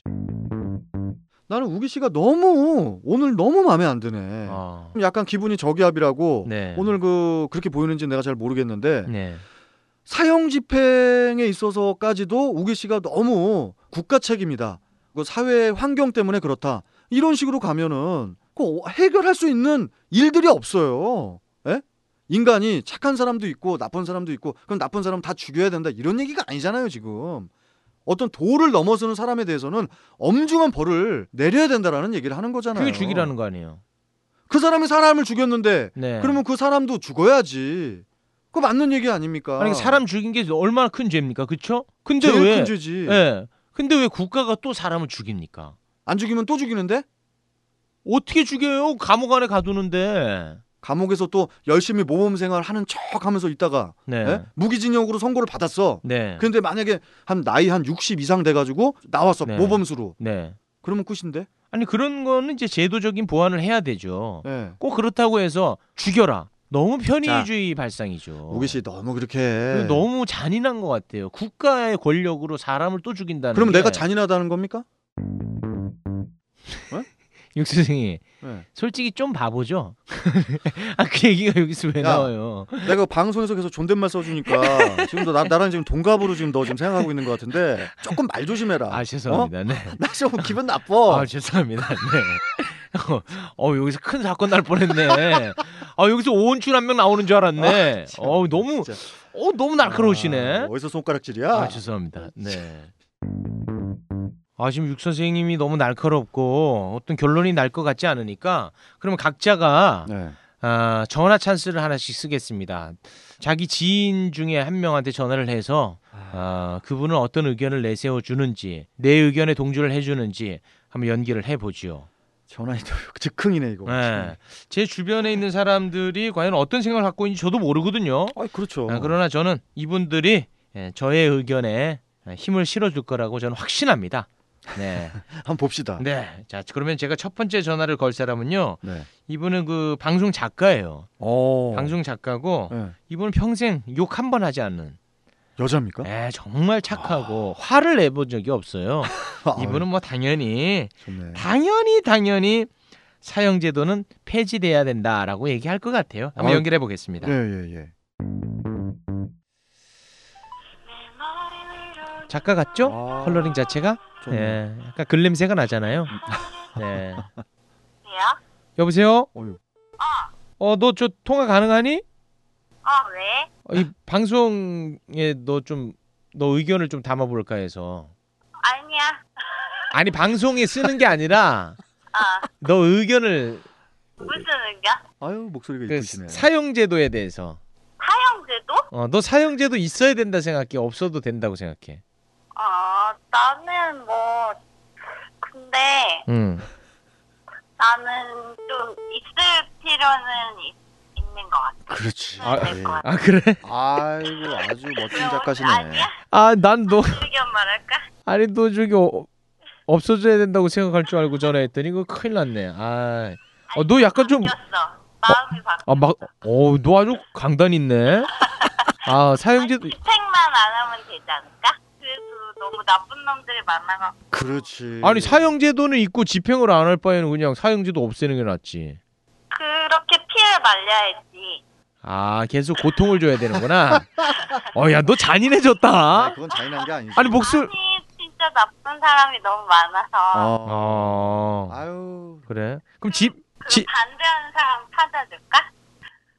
Speaker 1: 나는 우기 씨가 너무 오늘 너무 마음에 안 드네.
Speaker 8: 어.
Speaker 1: 약간 기분이 저기압이라고
Speaker 8: 네.
Speaker 1: 오늘 그 그렇게 보이는지 내가 잘 모르겠는데
Speaker 8: 네.
Speaker 1: 사형 집행에 있어서까지도 우기 씨가 너무 국가 책임이다. 그 사회 환경 때문에 그렇다. 이런 식으로 가면은 그 해결할 수 있는 일들이 없어요. 예? 인간이 착한 사람도 있고 나쁜 사람도 있고 그럼 나쁜 사람 다 죽여야 된다 이런 얘기가 아니잖아요 지금. 어떤 도를 넘어서는 사람에 대해서는 엄중한 벌을 내려야 된다라는 얘기를 하는 거잖아요.
Speaker 8: 그게 죽이라는 거 아니에요.
Speaker 1: 그 사람이 사람을 죽였는데
Speaker 8: 네.
Speaker 1: 그러면 그 사람도 죽어야지. 그거 맞는 얘기 아닙니까?
Speaker 8: 아니 사람 죽인 게 얼마나 큰 죄입니까? 그렇죠? 근데
Speaker 1: 제일
Speaker 8: 왜
Speaker 1: 큰 죄지.
Speaker 8: 예. 근데 왜 국가가 또 사람을 죽입니까?
Speaker 1: 안 죽이면 또 죽이는데
Speaker 8: 어떻게 죽여요? 감옥 안에 가두는데.
Speaker 1: 감옥에서 또 열심히 모범 생활 하는 척 하면서 있다가
Speaker 8: 네.
Speaker 1: 예? 무기징역으로 선고를 받았어.
Speaker 8: 네.
Speaker 1: 근데 만약에 한 나이 한 60 이상 돼 가지고 나왔어.
Speaker 8: 네.
Speaker 1: 모범수로.
Speaker 8: 네.
Speaker 1: 그러면 끝인데.
Speaker 8: 아니 그런 거는 이제 제도적인 보완을 해야 되죠.
Speaker 1: 예.
Speaker 8: 꼭 그렇다고 해서 죽여라. 너무 편의주의 발상이죠.
Speaker 1: 우기 씨 너무 그렇게
Speaker 8: 어. 너무 잔인한 것 같아요. 국가의 권력으로 사람을 또 죽인다는.
Speaker 1: 그러면
Speaker 8: 게
Speaker 1: 내가 잔인하다는 겁니까?
Speaker 8: 육수생이
Speaker 1: 네.
Speaker 8: 솔직히 좀 바보죠. (laughs) 아 그 얘기가 여기서 왜
Speaker 1: 야.
Speaker 8: 나와요?
Speaker 1: 내가 방송에서 계속 존댓말
Speaker 8: (laughs)
Speaker 1: 써주니까 지금도 나, 나랑 지금 동갑으로 지금 너 지금 생각하고 있는 것 같은데 조금 말 조심해라.
Speaker 8: 아 죄송합니다. 네.
Speaker 1: 나 좀 기분 나빠.
Speaker 8: 아 죄송합니다. 네. (laughs) 어, 어 여기서 큰 사건 날 뻔했네. 아 여기서 오은춘 한 명 나오는 줄 알았네. 어 너무
Speaker 1: 아, 진짜.
Speaker 8: 어 너무 날카로우시네.
Speaker 1: 아, 어디서 손가락질이야?
Speaker 8: 아 죄송합니다. 네. 아 지금 육 선생님이 너무 날카롭고 어떤 결론이 날 것 같지 않으니까 그러면 각자가
Speaker 1: 네.
Speaker 8: 아, 전화 찬스를 하나씩 쓰겠습니다. 자기 지인 중에 한 명한테 전화를 해서 아, 그분은 어떤 의견을 내세워 주는지 내 의견에 동조를 해주는지 한번 연기를 해보지요.
Speaker 1: 전화 인터뷰 (laughs) 즉흥이네 이거.
Speaker 8: 네. 제 주변에 있는 사람들이 과연 어떤 생각을 갖고 있는지 저도 모르거든요.
Speaker 1: 아 그렇죠.
Speaker 8: 아, 그러나 저는 이분들이 예, 저의 의견에 예, 힘을 실어줄 거라고 저는 확신합니다.
Speaker 1: (laughs)
Speaker 8: 네.
Speaker 1: 한번 봅시다.
Speaker 8: 네. 자, 그러면 제가 첫 번째 전화를 걸 사람은요.
Speaker 1: 네.
Speaker 8: 이분은 그 방송 작가예요.
Speaker 1: 어.
Speaker 8: 방송 작가고
Speaker 1: 네.
Speaker 8: 이분은 평생 욕 한 번 하지 않는.
Speaker 1: 여자입니까?
Speaker 8: 예, 정말 착하고 화를 내본 적이 없어요.
Speaker 1: (laughs) 아,
Speaker 8: 이분은 뭐 당연히
Speaker 1: 좋네.
Speaker 8: 당연히 당연히 사형제도는 폐지돼야 된다라고 얘기할 것 같아요. 한번
Speaker 1: 아,
Speaker 8: 연결해 보겠습니다.
Speaker 1: 예예 예.
Speaker 8: 작가 같죠?
Speaker 1: 아.
Speaker 8: 컬러링 자체가
Speaker 1: 좋네.
Speaker 8: 예, 약간 글 냄새가
Speaker 1: (laughs)
Speaker 8: 나잖아요. 네.
Speaker 11: 왜요?
Speaker 8: 여보세요.
Speaker 1: 어휴.
Speaker 8: 어, 너 저 통화 가능하니?
Speaker 11: 어, 왜?
Speaker 8: 어, 이 방송에 너 좀 너 의견을 좀 담아볼까 해서.
Speaker 11: 아니야.
Speaker 8: 아니 방송에 쓰는 게 아니라
Speaker 11: 어.
Speaker 8: 너 의견을
Speaker 11: 무슨 의견?
Speaker 1: 아유 목소리가
Speaker 8: 그
Speaker 1: 이쁘시네.
Speaker 8: 사용제도에 대해서.
Speaker 11: 사형제도?
Speaker 8: 어, 너 사용제도 있어야 된다 생각해? 없어도 된다고 생각해?
Speaker 11: 아, 나는 뭐, 근데
Speaker 8: 응.
Speaker 11: 네, 나는 좀 있을 필요는 있, 있는 것 같아.
Speaker 1: 그렇지.
Speaker 8: 아,
Speaker 1: 예.
Speaker 8: 아 그래?
Speaker 1: 아이고 아주 멋진 작가시네.
Speaker 11: 아니야?
Speaker 8: 아 난 너
Speaker 11: 의견 말할까?
Speaker 8: 아니 너 저기 어, 없어져야 된다고 생각할 줄 알고 전화했더니 이거 큰일 났네. 아, 어, 너 약간 좀
Speaker 11: 바뀌었어. 마음이 바뀌었어.
Speaker 8: 아 막, 어, 너 아주 강단 있네. 아 사용제도
Speaker 11: 집행만 안 하면 되지 않을까? 그래도 너무 나쁜 놈들이 많아가
Speaker 1: 그렇지.
Speaker 8: 아니 사형제도는 있고 집행을 안 할 바에는 그냥 사형제도 없애는 게 낫지.
Speaker 11: 그렇게 피해 말려야지.
Speaker 8: 아 계속 고통을 줘야 되는구나. 어 야 너
Speaker 1: 아,
Speaker 8: 잔인해졌다.
Speaker 1: 그건 잔인한 게 아니지.
Speaker 8: 아니 뭐- 목소리.
Speaker 11: 아니, 진짜 나쁜 사람이 너무 많아서
Speaker 1: 어.
Speaker 8: 어
Speaker 1: 아유.
Speaker 8: 그래? 그럼 집
Speaker 11: 그
Speaker 8: 지-
Speaker 11: 반대하는 사람 찾아줄까?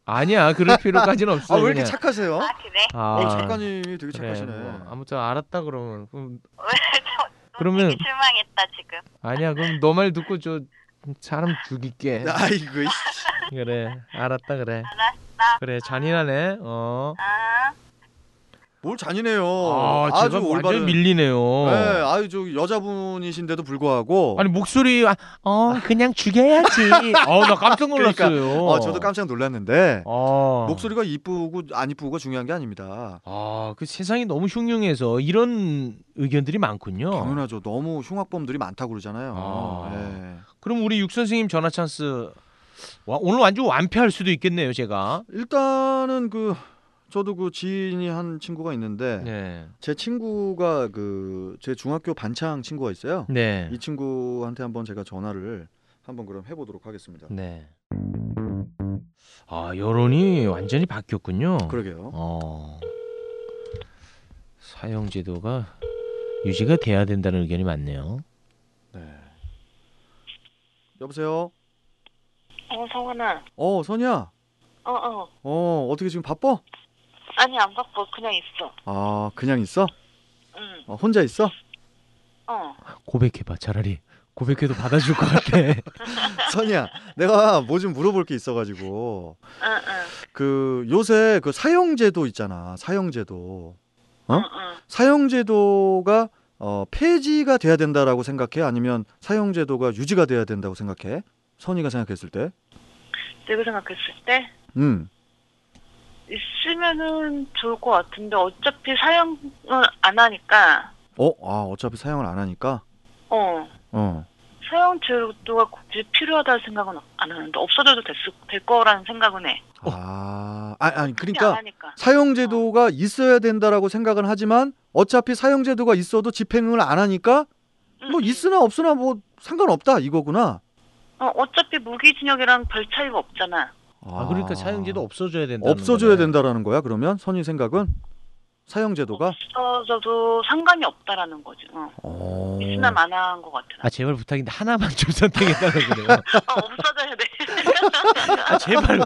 Speaker 8: 아니야 그럴 필요까지는 없어.
Speaker 1: (laughs) 아 왜 이렇게
Speaker 8: 그냥.
Speaker 1: 착하세요?
Speaker 11: 아, 그래? (laughs)
Speaker 8: 아,
Speaker 1: 어, 작가님이 되게
Speaker 8: 그래,
Speaker 1: 착하시네.
Speaker 8: 뭐, 아무튼 알았다 그러면 그럼
Speaker 11: 왜 저,
Speaker 8: 그러면-
Speaker 11: 되게 실망했다 지금.
Speaker 8: 아니야 그럼 너 말 듣고 저 사람 죽일게
Speaker 1: 네, 아이고. 이씨.
Speaker 8: 그래 알았다 그래
Speaker 11: 알았어.
Speaker 8: 그래 잔인하네 어
Speaker 11: 아,
Speaker 1: 뭘 잔인해요.
Speaker 8: 아, 제가
Speaker 1: 주
Speaker 8: 완전
Speaker 1: 어, 올바른.
Speaker 8: 밀리네요
Speaker 1: 네, 아유 저 여자분이신데도 불구하고.
Speaker 8: 아니 목소리 아, 어 그냥 죽여야지
Speaker 1: (laughs)
Speaker 8: 어나 깜짝
Speaker 1: 그러니까,
Speaker 8: 놀랐어요
Speaker 1: 어, 저도 깜짝 놀랐는데
Speaker 8: 아.
Speaker 1: 목소리가 이쁘고 안 이쁘고가 중요한 게 아닙니다.
Speaker 8: 아그 세상이 너무 흉흉해서 이런 의견들이 많군요
Speaker 1: 당연하죠. 너무 흉악범들이 많다고 그러잖아요.
Speaker 8: 어. 아.
Speaker 1: 네.
Speaker 8: 그럼 우리 육 선생님 전화 찬스 와, 오늘 완전 완패할 수도 있겠네요 제가
Speaker 1: 일단은 그 저도 그 지인이 한 친구가 있는데
Speaker 8: 네
Speaker 1: 제 친구가 그 제 중학교 반창 친구가 있어요.
Speaker 8: 네.
Speaker 1: 이 친구한테 한번 제가 전화를 한번 그럼 해보도록 하겠습니다.
Speaker 8: 네. 아 여론이 완전히 바뀌었군요.
Speaker 1: 그러게요.
Speaker 8: 어. 사형제도가 유지가 돼야 된다는 의견이 많네요.
Speaker 1: 네. 여보세요.
Speaker 11: 어 성원아.
Speaker 1: 어 선이야.
Speaker 11: 어 어.
Speaker 1: 어 어떻게 지금 바빠?
Speaker 11: 아니 안 바빠 그냥 있어.
Speaker 1: 아 그냥 있어?
Speaker 11: 응.
Speaker 1: 어, 혼자 있어? (laughs)
Speaker 11: 어.
Speaker 8: 고백해봐 차라리 고백해도 받아줄 것 같아.
Speaker 1: 선이야, 내가 뭐 좀 물어볼 게 있어가지고
Speaker 11: 응 응.
Speaker 1: 그 요새 그 사형제도 있잖아. 사형제도. 어?
Speaker 11: 응 응.
Speaker 1: 사형제도가 어, 폐지가 돼야 된다라고 생각해? 아니면 사형제도가 유지가 돼야 된다고 생각해? 선이가 생각했을 때?
Speaker 11: 내가 생각했을 때
Speaker 1: 음.
Speaker 11: 있으면은 좋을 것 같은데 어차피 사용을 안 하니까
Speaker 1: 어, 아 어차피 사형을 안 하니까.
Speaker 11: 어
Speaker 1: 어.
Speaker 11: 사용 제도가 굳이 필요하다는 생각은 안 하는데 없어져도 됐을, 될 거라는 생각은 해.
Speaker 8: 어.
Speaker 1: 아, 아니, 아니
Speaker 11: 굳이 안
Speaker 1: 그러니까
Speaker 11: 하니까.
Speaker 1: 사형제도가 있어야 된다라고 생각은 하지만 어차피 사형제도가 있어도 집행을 안 하니까
Speaker 11: 응,
Speaker 1: 뭐
Speaker 11: 응.
Speaker 1: 있으나 없으나 뭐 상관없다 이거구나.
Speaker 11: 어, 어차피 무기징역이랑 별 차이가 없잖아.
Speaker 8: 아, 그러니까 사형제도 없어져야 된다.
Speaker 1: 없어져야 된다라는 거야 그러면 선희 생각은 사형제도가
Speaker 11: 없어져도 상관이 없다라는 거지. 어. 있으나 마나한 것 같아.
Speaker 8: 아 제발 부탁인데 하나만 좀 (laughs) 선택해달라 그래요. 아, 제발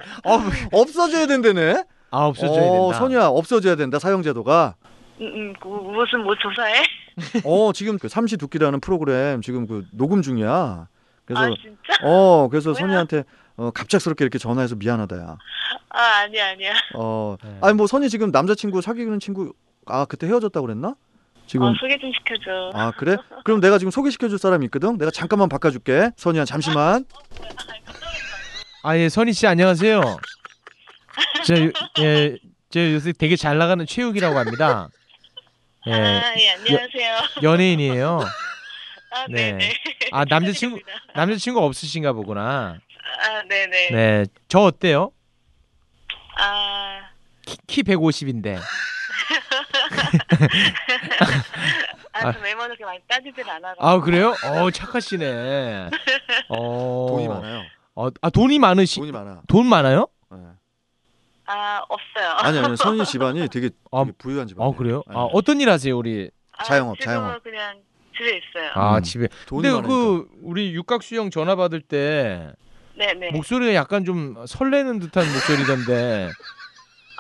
Speaker 1: 없어져야 된다네.
Speaker 8: 아 없어져야
Speaker 1: 어,
Speaker 8: 된다.
Speaker 1: 선희야 없어져야 된다
Speaker 8: (laughs)
Speaker 1: 사형제도가.
Speaker 11: (laughs) 음, 음, 그, 무슨 뭐 조사해?
Speaker 1: 어 지금 그 삼시 두끼라는 프로그램 지금 그 녹음 중이야. 그래서
Speaker 11: 아, 진짜?
Speaker 1: 어 그래서 선희한테 어, 갑작스럽게 이렇게 전화해서 미안하다야.
Speaker 11: 아 아니야 아니야.
Speaker 1: 어
Speaker 8: 네.
Speaker 1: 아니 뭐 선희 지금 남자친구 사귀는 친구 아 그때 헤어졌다 고 그랬나? 지금
Speaker 11: 어, 소개 좀 시켜줘.
Speaker 1: 아 그래? 그럼 내가 지금 소개시켜줄 사람이 있거든. 내가 잠깐만 바꿔줄게. 선희야 잠시만.
Speaker 8: 아예 선희 씨 안녕하세요. 저예저 요새 되게 잘 나가는 최욱이라고 합니다. 예,
Speaker 11: 아, 예, 안녕하세요.
Speaker 8: 여, 연예인이에요.
Speaker 11: 아, 네네.
Speaker 8: 아 남자친구 남자친구 없으신가 보구나.
Speaker 11: (laughs) 아 네네.
Speaker 8: 네. 저 어때요?
Speaker 11: 아
Speaker 8: 키, 키 150인데.
Speaker 11: 아, 저 외모 그렇게 많이 따지질 않아서.
Speaker 8: 아 그래요? 어 착하시네. 어.
Speaker 1: 돈이 많아요.
Speaker 8: 어, 아 돈이 많으시.
Speaker 1: 돈이 많아. 예.
Speaker 8: 돈 많아요?
Speaker 11: 아 없어요.
Speaker 1: 아니 아니 선희 집안이 되게, 되게 부유한 예. 집안.
Speaker 8: 아 그래요? 아 어떤 일 하세요 우리?
Speaker 1: 자영업
Speaker 11: 아, 지금은 그냥 집에 있어요.
Speaker 8: 아 집에.
Speaker 1: 음. 돈이
Speaker 8: 근데
Speaker 1: 많으니까.
Speaker 8: 그 우리 육각수 형 전화 받을 때
Speaker 11: 네네.
Speaker 8: 목소리가 약간 좀 설레는 듯한 목소리던데.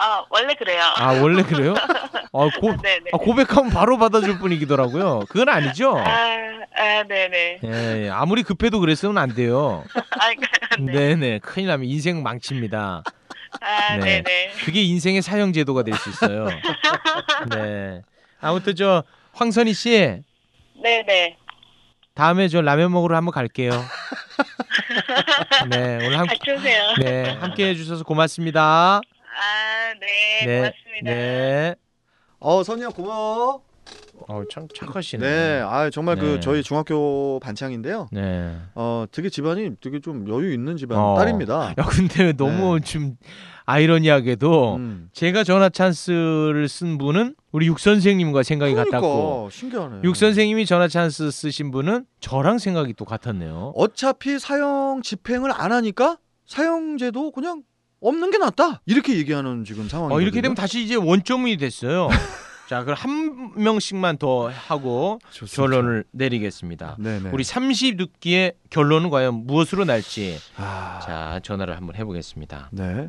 Speaker 11: 아 원래 그래요.
Speaker 8: 아 원래 그래요? 아, 고,
Speaker 11: 네네.
Speaker 8: 아, 고백하면 바로 받아줄 분이기더라고요. 그건 아니죠?
Speaker 11: 아, 아 네네.
Speaker 8: 예, 예. 아무리 급해도 그랬으면 안 돼요.
Speaker 11: 아,
Speaker 8: 네. 네 큰일 나면 인생 망칩니다.
Speaker 11: 아
Speaker 8: 네.
Speaker 11: 네. 네네.
Speaker 8: 그게 인생의 사형 제도가 될 수 (laughs) 있어요. 네. 아무튼 저 황선희 씨
Speaker 11: 네네.
Speaker 8: 다음에 저 라면 먹으러 한번 갈게요. 네, 오늘 함,
Speaker 11: 같이 오세요.
Speaker 8: 네, 함께 해 주셔서 고맙습니다.
Speaker 11: 아 네.
Speaker 8: 네.
Speaker 11: 고맙습니다.
Speaker 8: 네.
Speaker 1: 어 선희야 고마워.
Speaker 8: 어, 참 착하시네.
Speaker 1: 네, 아 정말
Speaker 8: 네.
Speaker 1: 그 저희 중학교 반창인데요.
Speaker 8: 네.
Speaker 1: 어 되게 집안이 되게 좀 여유 있는 집안
Speaker 8: 어.
Speaker 1: 딸입니다.
Speaker 8: 야, 근데 왜 너무
Speaker 1: 네.
Speaker 8: 좀 아이러니하게도
Speaker 1: 음.
Speaker 8: 제가 전화 찬스를 쓴 분은 우리 육 선생님과 생각이 같았고
Speaker 1: 그러니까 신기하네.
Speaker 8: 육 선생님이 전화 찬스 쓰신 분은 저랑 생각이 또 같았네요.
Speaker 1: 어차피 사형 집행을 안 하니까 사형제도 그냥 없는 게 낫다 이렇게 얘기하는 지금 상황이.
Speaker 8: 어, 이렇게 되면 다시 이제 원점이
Speaker 1: (laughs)
Speaker 8: 됐어요. 자, 그럼 한 명씩만 더 하고 결론을 내리겠습니다.
Speaker 1: 네네.
Speaker 8: 우리 36기의 결론은 과연 무엇으로 날지.
Speaker 1: 아.
Speaker 8: 자, 전화를 한번 해보겠습니다.
Speaker 1: 네.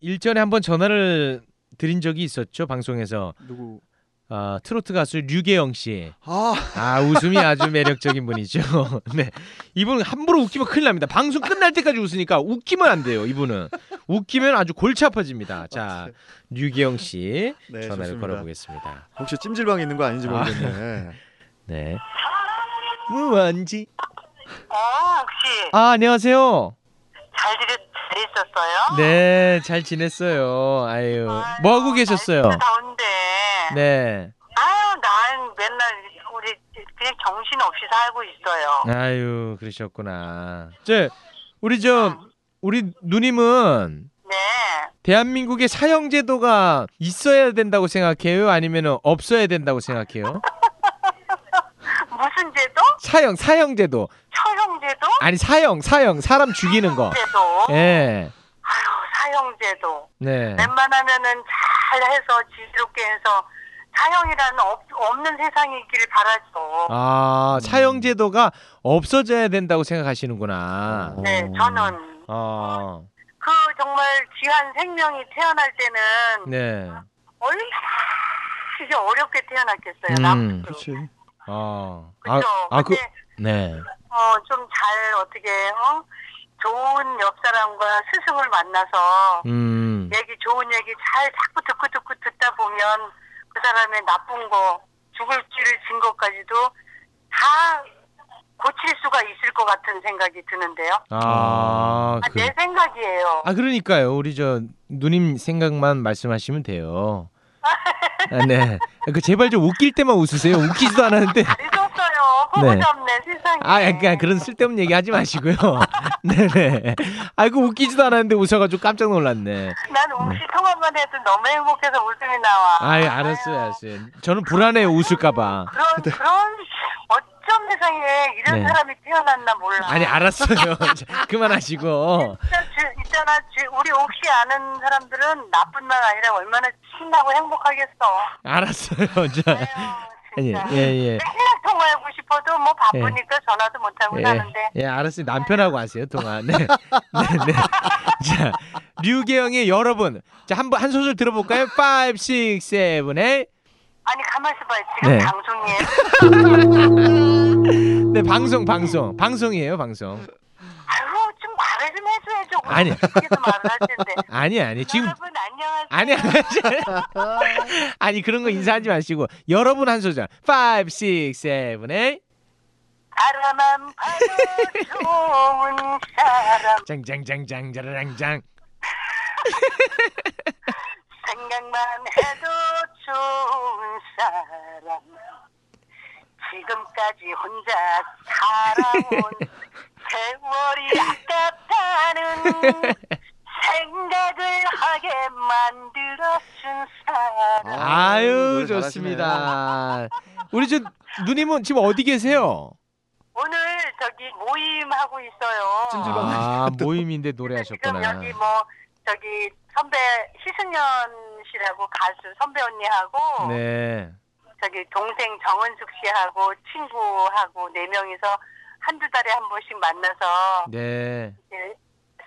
Speaker 8: 일전에 한번 전화를 드린 적이 있었죠 방송에서
Speaker 1: 누구?
Speaker 8: 아, 트로트 가수 류계영 씨.
Speaker 1: 아.
Speaker 8: 아, 웃음이 아주 매력적인 분이죠. (laughs) 네. 이분은 함부로 웃기면 큰일 납니다. 방송 끝날 때까지 웃으니까 웃기면 안 돼요, 이분은. 웃기면 아주 골치 아파집니다. 자, 류계영 씨
Speaker 1: 네,
Speaker 8: 전화를
Speaker 1: 좋습니다.
Speaker 8: 걸어보겠습니다.
Speaker 1: 혹시 찜질방에 있는 거 아닌지
Speaker 8: 아. (laughs)
Speaker 1: 모르겠네.
Speaker 8: 네. 무언지.
Speaker 11: 어 혹시
Speaker 8: 아, 안녕하세요.
Speaker 11: 잘 지내 잘 있었어요?
Speaker 8: 네, 잘 지냈어요. 아유. 뭐 하고 계셨어요?
Speaker 11: 다운데.
Speaker 8: 네.
Speaker 11: 아유 난 맨날 우리 그냥 정신 없이 살고 있어요.
Speaker 8: 아유, 그러셨구나. 저 우리 저 우리 누님은
Speaker 11: 네.
Speaker 8: 대한민국의 사형 제도가 있어야 된다고 생각해요? 아니면 없어야 된다고 생각해요?
Speaker 11: 그 무슨 제도?
Speaker 8: 사형 사형 제도.
Speaker 11: 처형제도?
Speaker 8: 아니 사형 사형 사람 죽이는 거.
Speaker 11: 제도?
Speaker 8: 예.
Speaker 11: 아유 사형제도.
Speaker 8: 네.
Speaker 11: 웬만하면은 잘 해서 지혜롭게 해서 사형이라는 없, 없는 세상이길 바라죠.
Speaker 8: 아, 사형 제도가 없어져야 된다고 생각하시는구나.
Speaker 11: 네, 저는
Speaker 8: 어.
Speaker 11: 그 정말 귀한 생명이 태어날 때는
Speaker 8: 네.
Speaker 11: 얼마나 이게 어렵게 태어났겠어요.
Speaker 8: 음.
Speaker 11: 남
Speaker 1: 그렇지.
Speaker 8: 어. 아,
Speaker 11: 그쵸.
Speaker 8: 아 그,
Speaker 11: 근데-
Speaker 8: 네.
Speaker 11: 어, 좀 잘 어떻게 어? 좋은 옆 사람과 스승을 만나서
Speaker 8: 음.
Speaker 11: 얘기 좋은 얘기 잘 자꾸 듣고 듣고 듣다 보면 그 사람의 나쁜 거 죽을 길을 진 것까지도 다 고칠 수가 있을 것 같은 생각이 드는데요.
Speaker 8: 아,
Speaker 11: 아,
Speaker 8: 그.
Speaker 11: 내 생각이에요.
Speaker 8: 아 그러니까요. 우리 저 누님 생각만 말씀하시면 돼요. 아, 네. 그 제발 좀 웃길 때만 웃으세요. 웃기지도 않았는데.
Speaker 11: 늦었어요.
Speaker 8: 네.
Speaker 11: 포근없네 세상에.
Speaker 8: 아, 약간 그런 쓸데없는 얘기 하지 마시고요. (laughs) 네네. 아이고 웃기지도 않았는데 웃어가지고 깜짝 놀랐네. 아, 예,
Speaker 11: 난 혹시 통화만 해도 너무 행복해서 웃음이 나와.
Speaker 8: 아이 알았어요, 알았어요. 저는 불안해요, 웃을까봐.
Speaker 11: 그런 그런 어, 어쩜 세상에 이런
Speaker 8: 네.
Speaker 11: 사람이 태어났나 몰라.
Speaker 8: 아니 알았어요. (laughs) 자, 그만하시고.
Speaker 11: 일단 주- 있잖아, 주- 우리 옥시 아는 사람들은 나뿐만 아니라 얼마나 신나고 행복하겠어.
Speaker 8: 알았어요. 자. (laughs) 예, 예, 예.
Speaker 11: 맨날 통화하고 싶어도 뭐 바쁘니까 전화도 못 하고 사는데.
Speaker 8: 예, 예, 알았어요. 남편하고 하세요, 동안. 네. (laughs) 네, 네. 자, 류계영의 여러분. 자, 한, 번- 한 소절 들어볼까요? 5, 6, 7, 8.
Speaker 11: 아니 가만있어 봐요. 지금
Speaker 8: 네.
Speaker 11: 방송이에요.
Speaker 8: 네, 방송, 방송. 방송이에요, 방송.
Speaker 11: 아유 좀 말을 좀 해줘야죠.
Speaker 8: 아니.
Speaker 11: 계속 말을 할 텐데.
Speaker 8: 아니, 아니. 지금.
Speaker 11: 여러분 안녕하세요.
Speaker 8: 아니, 아니. 아니, 그런 거 인사하지 마시고. 여러분 한 소절. 5, 6, 7, 8.
Speaker 11: 사람만 봐도 좋은 사람.
Speaker 8: 짱짱짱짱, 짜라랑짱.
Speaker 11: 생각만 해도 좋은 사람. 지금까지 혼자
Speaker 8: (laughs)
Speaker 11: 살아온 세월이 아깝다는 생각을 하게 만들어준 사람.
Speaker 8: 아유,
Speaker 11: 노래
Speaker 8: 좋습니다. 우리 저 누님은 지금 어디 계세요?
Speaker 11: 오늘 저기 모임하고 있어요. (laughs)
Speaker 8: 아, 모임인데
Speaker 11: 지금
Speaker 8: 노래하셨구나.
Speaker 11: 여기 뭐 저기 선배 희승연 씨라고 가수 선배 언니하고
Speaker 8: 네.
Speaker 11: 저기 동생 정은숙 씨하고 친구하고 네 명이서 한두 달에 한 번씩 만나서
Speaker 8: 네.
Speaker 11: 이제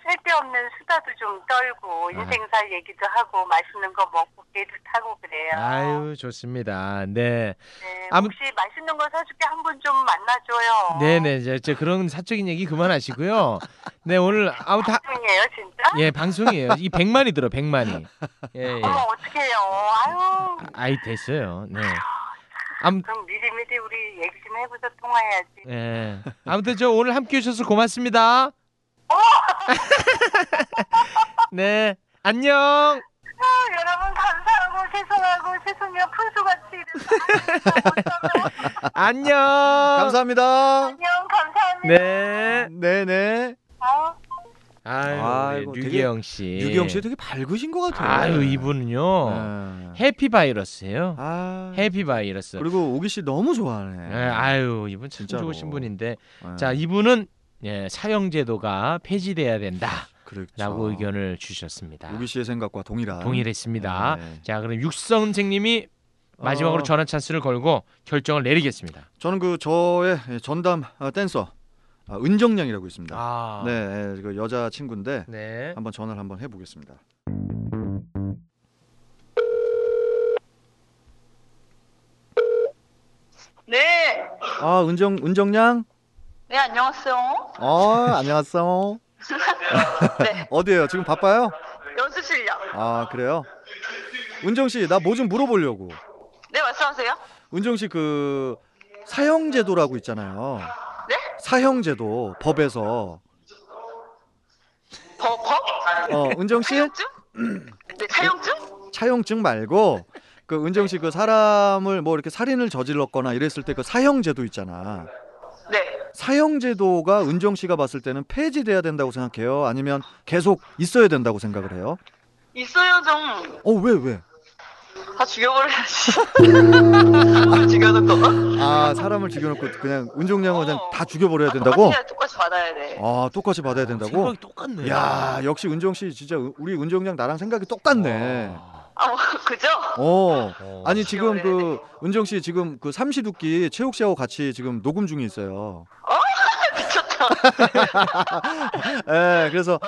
Speaker 11: 쓸데없는 수다도 좀 떨고
Speaker 8: 네.
Speaker 11: 인생살 얘기도 하고 맛있는 거 먹고 게도 타고 그래요.
Speaker 8: 아유, 좋습니다. 네.
Speaker 11: 네,
Speaker 8: 아무-
Speaker 11: 혹시 맛있는 거 사줄게 한 번 좀 만나줘요.
Speaker 8: 네네. 이제 저 그런 사적인 얘기 그만하시고요. 네, 오늘 아무 다
Speaker 11: 형이에요 진짜?
Speaker 8: 예, 방송이에요. 이 100만이 들어, 100만이. 예, 예.
Speaker 11: 어머 어떡해요. 아유
Speaker 8: 아이 음. 됐어요. 네. 아무
Speaker 11: 그럼 미리미리 우리 얘기 좀 해보자 통화해야지.
Speaker 8: 예. 아무튼 저 오늘 함께 해 주셔서 고맙습니다. (laughs) 네. 안녕.
Speaker 11: 아유, 여러분 감사하고 죄송하고 죄송해요 푼수같이 이래서
Speaker 8: (laughs) 안녕.
Speaker 1: 감사합니다.
Speaker 11: 안녕 감사합니다.
Speaker 8: 네.
Speaker 1: 네, 네.
Speaker 11: 아유.
Speaker 12: 어?
Speaker 8: 아유,
Speaker 1: 아이고,
Speaker 8: 우리
Speaker 1: 되게-
Speaker 8: 류계영 씨.
Speaker 1: 유기영 네. 씨 되게 밝으신 것 같아요.
Speaker 8: 예. 아유, 이분은요. 해피 바이러스예요.
Speaker 1: 아,
Speaker 8: 해피 바이러스.
Speaker 1: 그리고 오기 씨 너무 좋아하네.
Speaker 8: 예, 아유 이분 참
Speaker 1: 진짜로.
Speaker 8: 좋으신 분인데
Speaker 1: 예.
Speaker 8: 자 이분은 예, 사형제도가 폐지돼야
Speaker 1: 그렇죠.
Speaker 8: 된다라고 의견을 주셨습니다.
Speaker 1: 오기 씨의 생각과 동일한.
Speaker 8: 동일했습니다.
Speaker 1: 네.
Speaker 8: 자 그럼 육성 선생님이 마지막으로
Speaker 1: 어.
Speaker 8: 전화 찬스를 걸고 결정을 내리겠습니다.
Speaker 1: 저는 그 저의 전담 아, 댄서 아, 은정양이라고 있습니다.
Speaker 8: 아.
Speaker 1: 네, 예, 그 여자 친구인데
Speaker 8: 네.
Speaker 1: 한번 전화를 한번 해보겠습니다.
Speaker 12: 네.
Speaker 1: 아, 은정 은정양.
Speaker 12: 네, 안녕하세요. (laughs) 네,
Speaker 1: 어, 안녕하세요. 어디에요? 지금 바빠요?
Speaker 12: 연습실요.
Speaker 1: 아, 그래요? 은정 씨, 나 뭐 좀 물어보려고.
Speaker 12: 네, 말씀하세요.
Speaker 1: 은정 씨 그 사형제도라고 있잖아요.
Speaker 12: 네?
Speaker 1: 사형제도 법에서
Speaker 12: 법, 법?
Speaker 1: 어, 은정 씨
Speaker 12: 사용증? 네, 사용증?
Speaker 1: 차용증 말고 그 은정 씨 그 사람을 뭐 이렇게 살인을 저질렀거나 이랬을 때 그 사형제도 있잖아.
Speaker 12: 네.
Speaker 1: 사형제도가 은정 씨가 봤을 때는 폐지돼야 된다고 생각해요. 아니면 계속 있어야 된다고 생각을 해요.
Speaker 12: 있어요, 좀.
Speaker 1: 어 왜 왜?
Speaker 12: 다 죽여버려야지. 아, 사람을 죽여놓고.
Speaker 1: 아 사람을 죽여놓고 그냥 은정 양은 그냥 다 죽여버려야 된다고?
Speaker 12: 똑같이, 똑같이 받아야 돼.
Speaker 1: 아 똑같이 받아야 된다고?
Speaker 12: 생각이 똑같네.
Speaker 1: 야 역시 은정 씨 진짜 우- 우리 은정 양 나랑 생각이 똑같네.
Speaker 12: 아, 뭐, 그죠?
Speaker 1: 어 아니 지금 그 은정 씨 지금 그 삼시두끼 최욱 씨하고 같이 지금 녹음 중에 있어요. (laughs) 미쳤다. 예 그래서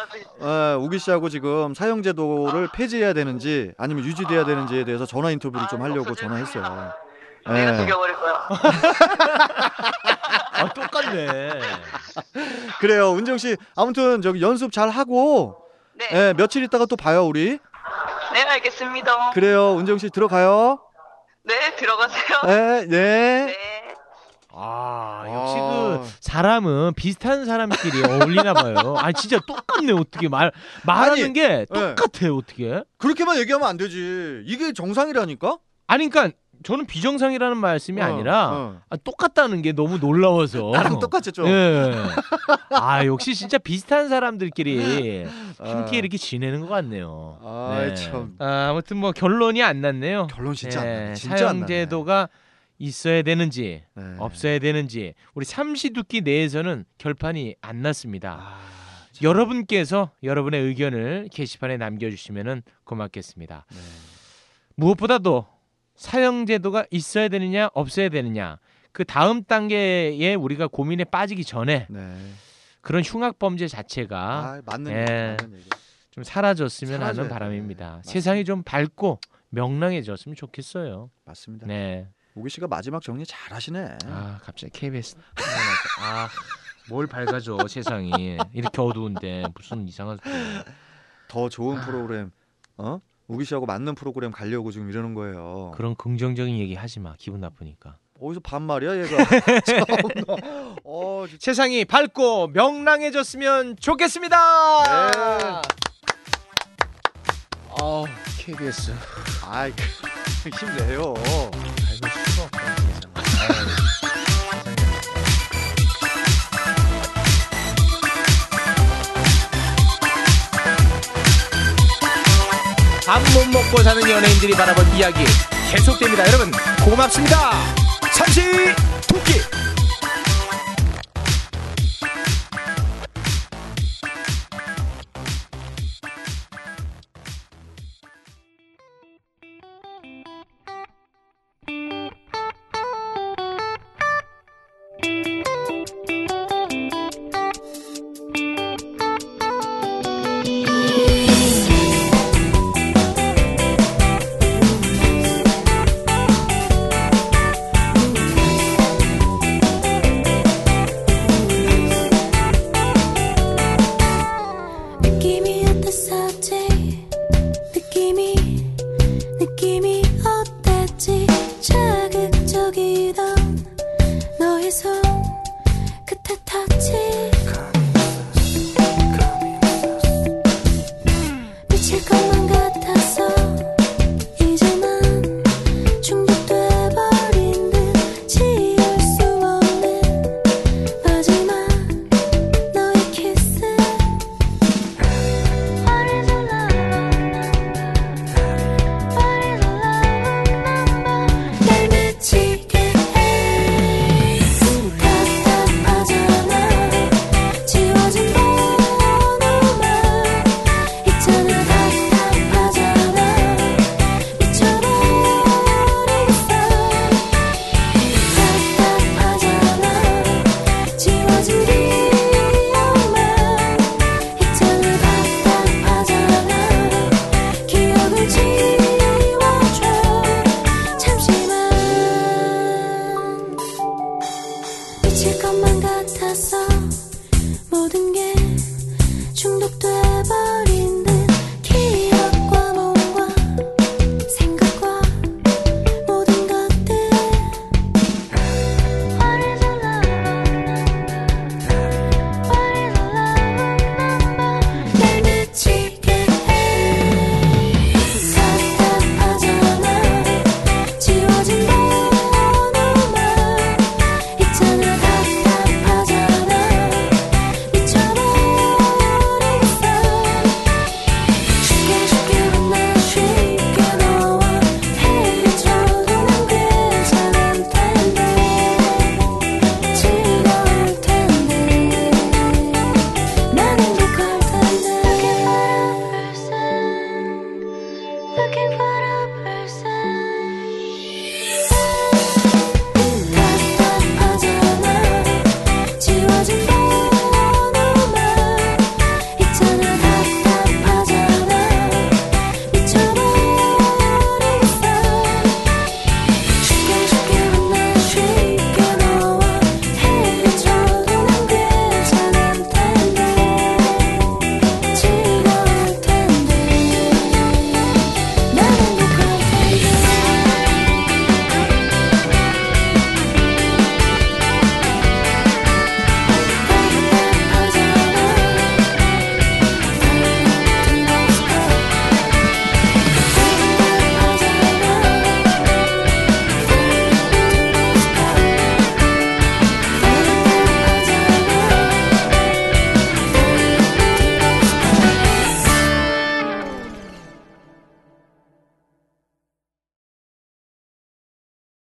Speaker 1: 예, 우기 씨하고 지금 사형제도를 폐지해야 되는지 아니면 유지돼야 되는지에 대해서 전화 인터뷰를 좀 하려고 전화했어요.
Speaker 12: 아, 내가
Speaker 1: 예.
Speaker 12: 죽여버릴 거야.
Speaker 8: 아, 똑같네.
Speaker 1: 그래요 은정 씨 아무튼 저기 연습 잘 하고 예, 며칠 있다가 또 봐요 우리.
Speaker 12: 네, 알겠습니다.
Speaker 1: 그래요 은정 씨 들어가요.
Speaker 12: 네, 들어가세요.
Speaker 1: 네, 네.
Speaker 8: (laughs) 아 역시 그 사람은 비슷한 사람끼리 어울리나 봐요. 아 진짜 똑같네 어떻게 말 말하는
Speaker 1: 아니, 네.
Speaker 8: 게 똑같아요 어떻게?
Speaker 1: 그렇게만 얘기하면 안 되지. 이게 정상이라니까?
Speaker 8: 아니 그러니까 저는 비정상이라는 말씀이
Speaker 1: 어,
Speaker 8: 아니라
Speaker 1: 어.
Speaker 8: 아, 똑같다는 게 너무 놀라워서.
Speaker 1: 나랑 똑같았죠?
Speaker 8: 예. 아 역시 진짜 비슷한 사람들끼리
Speaker 1: 아.
Speaker 8: 함께 이렇게 지내는 것 같네요.
Speaker 1: 아이, 참.
Speaker 8: 아, 아무튼 뭐 결론이 안 났네요.
Speaker 1: 결론 진짜 안 났네. 진짜 안 났네.
Speaker 8: 사형제도가 있어야 되는지
Speaker 1: 네.
Speaker 8: 없어야 되는지 우리 삼시두끼 내에서는 결판이 안 났습니다.
Speaker 1: 아,
Speaker 8: 여러분께서 여러분의 의견을 게시판에 남겨주시면 고맙겠습니다.
Speaker 1: 네.
Speaker 8: 무엇보다도 사형제도가 있어야 되느냐 없어야 되느냐 그 다음 단계에 우리가 고민에 빠지기 전에 그런 흉악 범죄 자체가
Speaker 1: 아, 맞는
Speaker 8: 네. 예,
Speaker 1: 얘기, 맞는 얘기.
Speaker 8: 좀 사라졌으면
Speaker 1: 사라져야
Speaker 8: 하는
Speaker 1: 돼.
Speaker 8: 바람입니다.
Speaker 1: 맞습니다.
Speaker 8: 세상이 좀 밝고 명랑해졌으면 좋겠어요.
Speaker 1: 맞습니다.
Speaker 8: 네.
Speaker 1: 오기 씨가 마지막 정리 잘 하시네.
Speaker 8: 아, 갑자기 KBS. 아, 뭘 밝아져 세상이 이렇게 어두운데 무슨 이상한
Speaker 1: 더 좋은
Speaker 8: 아.
Speaker 1: 프로그램 어? 우기 씨하고 맞는 프로그램 가려고 지금 이러는 거예요.
Speaker 8: 그런 긍정적인 얘기 하지 마. 기분 나쁘니까.
Speaker 1: 어디서 반말이야
Speaker 8: (laughs)
Speaker 1: 얘가. (laughs) 어, 참나.
Speaker 8: 세상이 밝고 명랑해졌으면 좋겠습니다. 어, KBS.
Speaker 1: 아이, (laughs) 그, 힘내요.
Speaker 4: 밥 못 먹고 사는 연예인들이 바라본 이야기 계속됩니다. 여러분 고맙습니다.
Speaker 2: 삼시 두끼